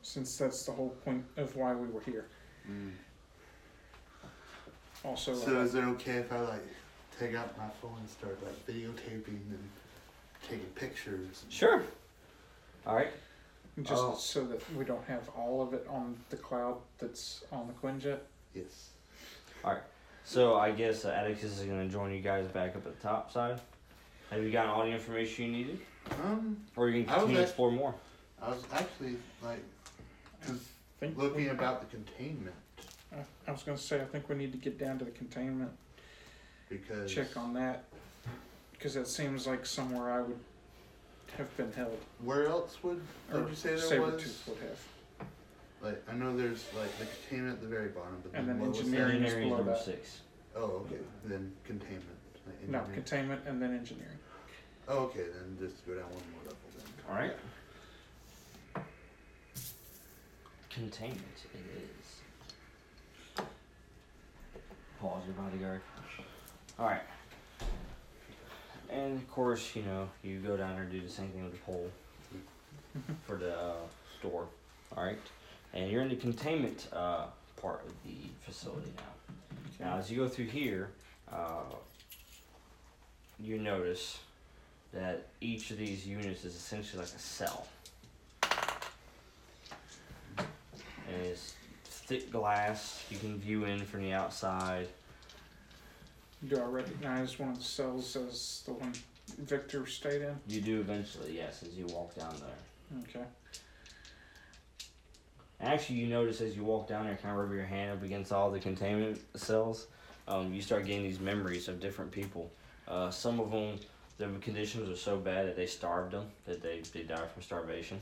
[SPEAKER 6] since that's the whole point of why we were here. Also,
[SPEAKER 4] Hmm. So
[SPEAKER 6] uh,
[SPEAKER 4] is it okay if I like take out my phone and start like videotaping and taking pictures?
[SPEAKER 3] Sure. All right.
[SPEAKER 6] just
[SPEAKER 3] Oh.
[SPEAKER 6] so that we don't have all of it on the cloud that's on the Quinjet.
[SPEAKER 4] Yes.
[SPEAKER 3] So I guess uh, Atticus is going to join you guys back up at the top side. Have you gotten all the information you needed?
[SPEAKER 4] Um,
[SPEAKER 3] Or you can
[SPEAKER 4] I was
[SPEAKER 3] continue to
[SPEAKER 4] act-
[SPEAKER 3] explore more?
[SPEAKER 4] I was actually like just
[SPEAKER 6] Think we-
[SPEAKER 4] looking about the containment
[SPEAKER 6] I- I was gonna say I think we need to get down to the containment,
[SPEAKER 4] because
[SPEAKER 6] check on that, because that seems like somewhere I would have been held,
[SPEAKER 4] where else would
[SPEAKER 6] or
[SPEAKER 4] did you say there was?
[SPEAKER 6] Sabretooth would have.
[SPEAKER 4] Like I know there's like the containment at the very bottom, but
[SPEAKER 6] And then
[SPEAKER 4] what was
[SPEAKER 6] engineering.
[SPEAKER 4] that?
[SPEAKER 6] is
[SPEAKER 3] Engineering is
[SPEAKER 6] below
[SPEAKER 3] number
[SPEAKER 6] that.
[SPEAKER 3] six.
[SPEAKER 4] Oh, okay. Then containment. like
[SPEAKER 6] No,
[SPEAKER 4] engineering.
[SPEAKER 6] containment and then engineering.
[SPEAKER 4] oh, okay. Then just go down one more level. Then.
[SPEAKER 3] All right. Containment it is. Pause your bodyguard. All right. And of course, you know, you go down there and do the same thing with the pole for the uh, door. All right. And you're in the containment uh, part of the facility now. Now, as you go through here, uh, you notice that each of these units is essentially like a cell. And it's thick glass you can view in from the outside.
[SPEAKER 6] Do I recognize one of the cells as the one Victor stayed in?
[SPEAKER 3] You do eventually, yes, as you walk down there.
[SPEAKER 6] Okay.
[SPEAKER 3] Actually, you notice as you walk down there, kind of rub your hand up against all the containment cells, um, you start getting these memories of different people. Uh, some of them, their conditions are so bad that they starved them, that they, they died from starvation.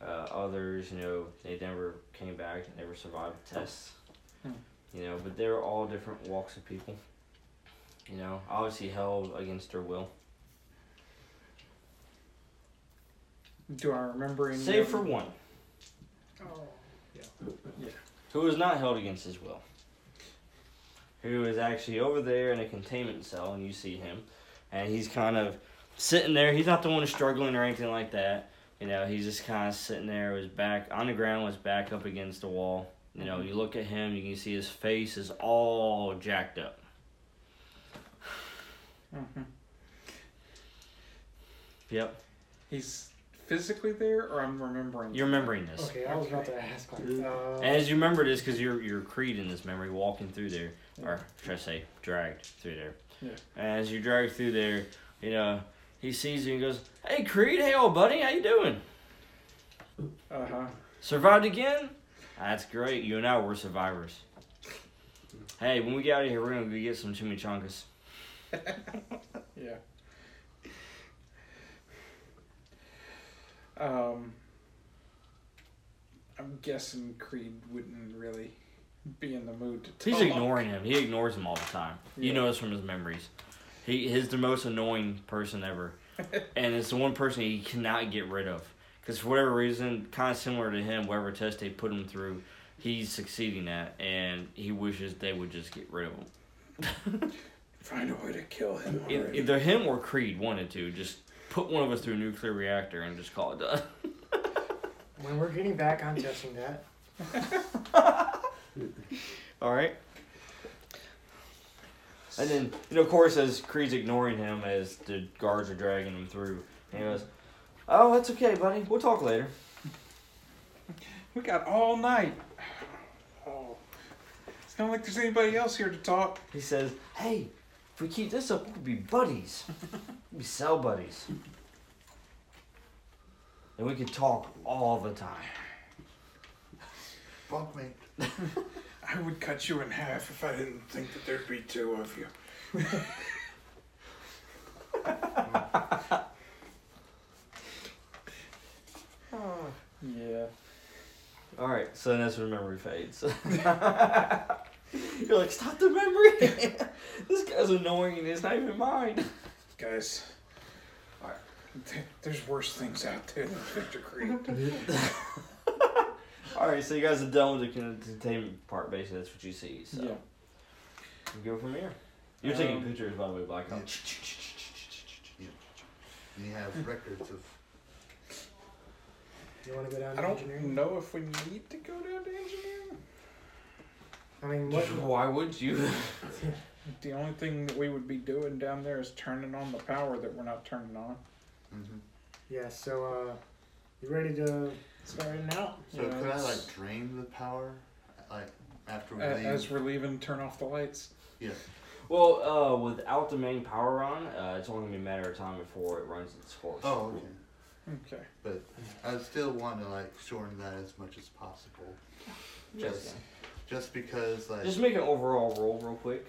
[SPEAKER 3] Uh, others, you know, they never came back, never survived tests.
[SPEAKER 6] Hmm.
[SPEAKER 3] You know, but they're all different walks of people. You know, obviously held against their will.
[SPEAKER 6] Do I remember any?
[SPEAKER 3] Save
[SPEAKER 6] of
[SPEAKER 3] for
[SPEAKER 6] them?
[SPEAKER 3] one,
[SPEAKER 6] Oh, yeah.
[SPEAKER 3] who is not held against his will. Who is actually over there in a containment cell, and you see him, and he's kind of sitting there. He's not the one struggling or anything like that. You know, he's just kind of sitting there, with his back on the ground, with his back up against the wall. You know, you look at him, you can see his face is all jacked up.
[SPEAKER 6] Mhm.
[SPEAKER 3] Yep,
[SPEAKER 6] He's physically there, or I'm remembering.
[SPEAKER 3] you're remembering this.
[SPEAKER 5] Okay, I was about to ask. Like, uh,
[SPEAKER 3] And as you remember this, because you're you're Creed in this memory, walking through there, or should I say, dragged through there.
[SPEAKER 6] Yeah.
[SPEAKER 3] And as you drag through there, you know he sees you and goes, "Hey Creed, hey old buddy, how you doing?
[SPEAKER 6] Uh huh.
[SPEAKER 3] Survived again? That's great. You and I were survivors. Hey, when we get out of here, we're gonna go get some chimichangas.
[SPEAKER 6] Yeah. Um. I'm guessing Creed wouldn't really be in the mood to.
[SPEAKER 3] He's
[SPEAKER 6] talk.
[SPEAKER 3] ignoring him. He ignores him all the time. You
[SPEAKER 6] Oh Yeah.
[SPEAKER 3] know this from his memories. He is the most annoying person ever, and it's the one person he cannot get rid of. Because for whatever reason, kind of similar to him, whatever test they put him through, he's succeeding at, and he wishes they would just get rid of him.
[SPEAKER 6] Find a way to kill him.
[SPEAKER 3] E-
[SPEAKER 6] already.
[SPEAKER 3] Either him or Creed wanted to just put one of us through a nuclear reactor and just call it done.
[SPEAKER 5] when we're getting back, I'm testing that.
[SPEAKER 3] All right. And then, you know, of course, as Creed's ignoring him, as the guards are dragging him through, he goes, "Oh, that's okay, buddy. We'll talk later."
[SPEAKER 6] We got all night. Oh. It's not like there's anybody else here to talk.
[SPEAKER 3] He says, "Hey, if we keep this up, we could be buddies. we be cell buddies, and we could talk all the time."
[SPEAKER 4] Fuck me.
[SPEAKER 6] I would cut you in half if I didn't think that there'd be two of you. Yeah.
[SPEAKER 3] All right. So that's when memory fades. You're like, stop the memory. this guy's annoying, and it's not even mine.
[SPEAKER 6] Guys, There- There's worse things out there than Victor Creek.
[SPEAKER 3] All right, so you guys are done with the con- containment part. Basically, that's what you see. So
[SPEAKER 6] Yeah.
[SPEAKER 3] we go from here. You're taking
[SPEAKER 6] Um,
[SPEAKER 3] pictures, by the way, Blackout.
[SPEAKER 4] And you have records of.
[SPEAKER 5] You want to go down
[SPEAKER 6] I
[SPEAKER 5] to
[SPEAKER 6] don't
[SPEAKER 5] engineering?
[SPEAKER 6] know if we need to go down to engineering.
[SPEAKER 5] I mean, what?
[SPEAKER 7] Why would you?
[SPEAKER 6] The only thing that we would be doing down there is turning on the power that we're not turning on.
[SPEAKER 4] hmm
[SPEAKER 5] Yeah. So, uh, you ready to oh, start it out?
[SPEAKER 4] So
[SPEAKER 6] Yeah,
[SPEAKER 4] could I
[SPEAKER 6] that's-
[SPEAKER 4] like drain the power, like after we
[SPEAKER 6] A-
[SPEAKER 4] leave?
[SPEAKER 6] As we're leaving, turn off the lights.
[SPEAKER 4] yeah.
[SPEAKER 3] Well, uh, without the main power on, uh, it's only gonna be a matter of time before it runs its course.
[SPEAKER 4] Oh, okay.
[SPEAKER 6] Okay.
[SPEAKER 4] But I still want to like shorten that as much as possible. Just,
[SPEAKER 3] Just,
[SPEAKER 4] just because like
[SPEAKER 3] just make an overall roll real quick,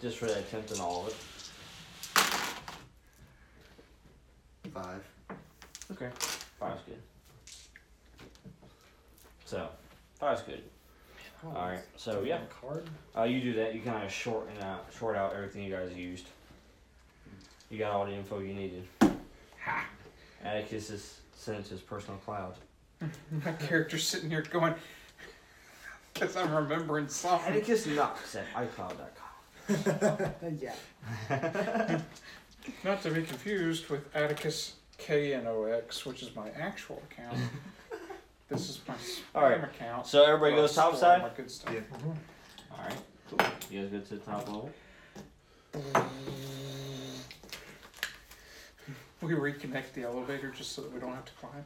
[SPEAKER 3] just for the attempt and all of it.
[SPEAKER 4] five.
[SPEAKER 3] Okay. Five's good. So, five's good.
[SPEAKER 5] I don't
[SPEAKER 3] All
[SPEAKER 5] know.
[SPEAKER 3] right. So yeah,
[SPEAKER 5] Card.
[SPEAKER 3] uh, you do that. You kind of shorten out, short out everything you guys used. You got all the info you needed. Atticus has sent his personal cloud.
[SPEAKER 6] My character's sitting here going, because I'm remembering something.
[SPEAKER 3] Atticus Knox at iCloud.com.
[SPEAKER 5] yeah.
[SPEAKER 6] Not to be confused with Atticus KNOX, which is my actual account. this is my spam
[SPEAKER 3] All right.
[SPEAKER 6] account.
[SPEAKER 3] So everybody
[SPEAKER 6] where I
[SPEAKER 3] goes top
[SPEAKER 6] store all
[SPEAKER 3] side.
[SPEAKER 6] my good stuff.
[SPEAKER 4] Yeah.
[SPEAKER 3] All right. Cool. You guys go to the top level.
[SPEAKER 6] We reconnect the elevator just so that we don't have to climb.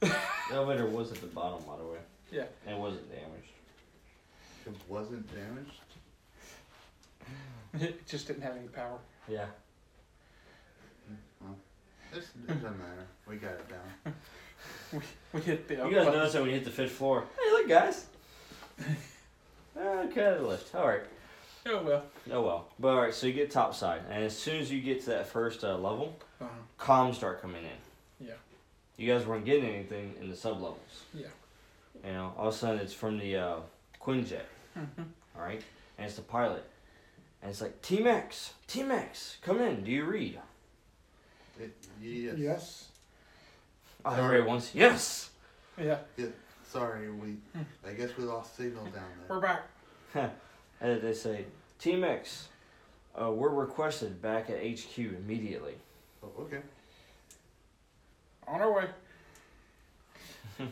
[SPEAKER 3] The elevator was at the bottom, by the way.
[SPEAKER 6] Yeah.
[SPEAKER 3] And it wasn't damaged.
[SPEAKER 4] It wasn't damaged.
[SPEAKER 6] It just didn't have any power.
[SPEAKER 3] Yeah.
[SPEAKER 4] This it doesn't matter. We got it down.
[SPEAKER 6] We hit the
[SPEAKER 3] You guys
[SPEAKER 6] elevator.
[SPEAKER 3] noticed that when you hit the fifth floor. Hey, look, guys. okay, the lift. All right.
[SPEAKER 6] Oh, well.
[SPEAKER 3] Oh well. But all right, so you get topside, and as soon as you get to that first uh, level,
[SPEAKER 6] Uh-huh.
[SPEAKER 3] comms start coming in.
[SPEAKER 6] Yeah.
[SPEAKER 3] You guys weren't getting anything in the sub levels.
[SPEAKER 6] Yeah.
[SPEAKER 3] You know, all of a sudden it's from the uh, Quinjet.
[SPEAKER 6] Mhm.
[SPEAKER 3] All right, and it's the pilot, and it's like T Max, T Max, come in. Do you read?
[SPEAKER 4] It, yes.
[SPEAKER 5] Yes.
[SPEAKER 3] Oh, everybody wants yes.
[SPEAKER 6] Yeah,
[SPEAKER 4] Sorry, we. I guess we lost signal down
[SPEAKER 6] we're
[SPEAKER 4] there.
[SPEAKER 6] back.
[SPEAKER 3] And they say T Max, uh, we're requested back at HQ immediately.
[SPEAKER 4] Oh, okay.
[SPEAKER 6] On our way.
[SPEAKER 3] All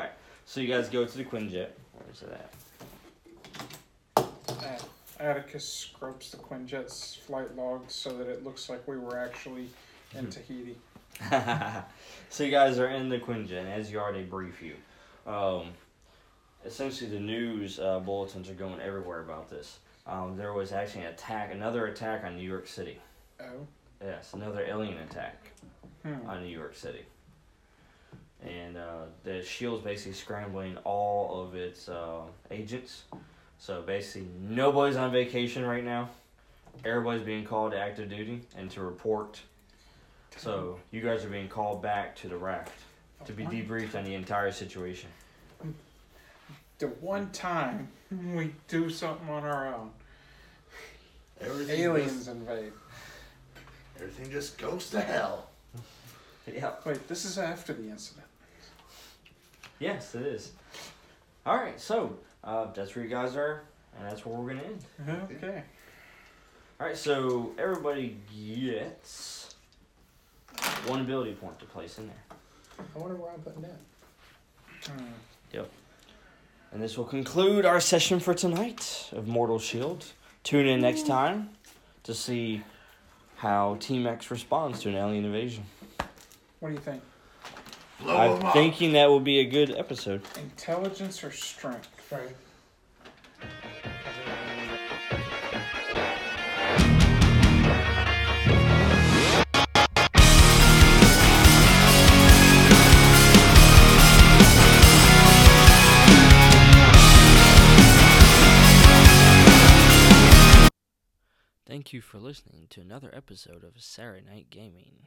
[SPEAKER 3] right, so you guys go to the Quinjet. Where's that?
[SPEAKER 6] Uh, Atticus scrubs the Quinjet's flight log so that it looks like we were actually in
[SPEAKER 3] Hmm.
[SPEAKER 6] Tahiti.
[SPEAKER 3] so you guys are in the Quinjet, and as you are, they brief you. Um, essentially, the news uh, bulletins are going everywhere about this. Um, there was actually an attack, another attack on New York City.
[SPEAKER 6] Oh.
[SPEAKER 3] Yes, another alien attack
[SPEAKER 6] Hmm.
[SPEAKER 3] on New York City. And uh, the shield's basically scrambling all of its uh, agents. So basically, nobody's on vacation right now. Everybody's being called to active duty and to report. So you guys are being called back to the raft to be debriefed on the entire situation.
[SPEAKER 6] The one time we do something on our own,
[SPEAKER 4] Everything
[SPEAKER 6] aliens
[SPEAKER 4] Just,
[SPEAKER 6] invade.
[SPEAKER 4] everything just goes to hell.
[SPEAKER 3] Yeah.
[SPEAKER 6] Wait, this is after the incident.
[SPEAKER 3] Yes, it is. All right, so uh, that's where you guys are, and that's where we're gonna end.
[SPEAKER 6] Okay.
[SPEAKER 3] All right, so everybody gets one ability point to place in there,
[SPEAKER 5] I wonder where I'm putting that.
[SPEAKER 6] Hmm.
[SPEAKER 3] and this will conclude our session for tonight of Mortal Shield. Tune in next time to see how Team X responds to an alien invasion.
[SPEAKER 6] What do you think?
[SPEAKER 4] Blow 'em
[SPEAKER 3] I'm
[SPEAKER 4] up.
[SPEAKER 3] thinking that will be a good episode.
[SPEAKER 6] Intelligence or strength?
[SPEAKER 5] Right.
[SPEAKER 3] Thank you for listening to another episode of Saturday Night Gaming.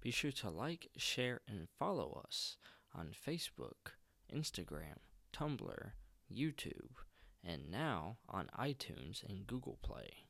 [SPEAKER 3] Be sure to like, share, and follow us on Facebook, Instagram, Tumblr, YouTube, and now on iTunes and Google Play.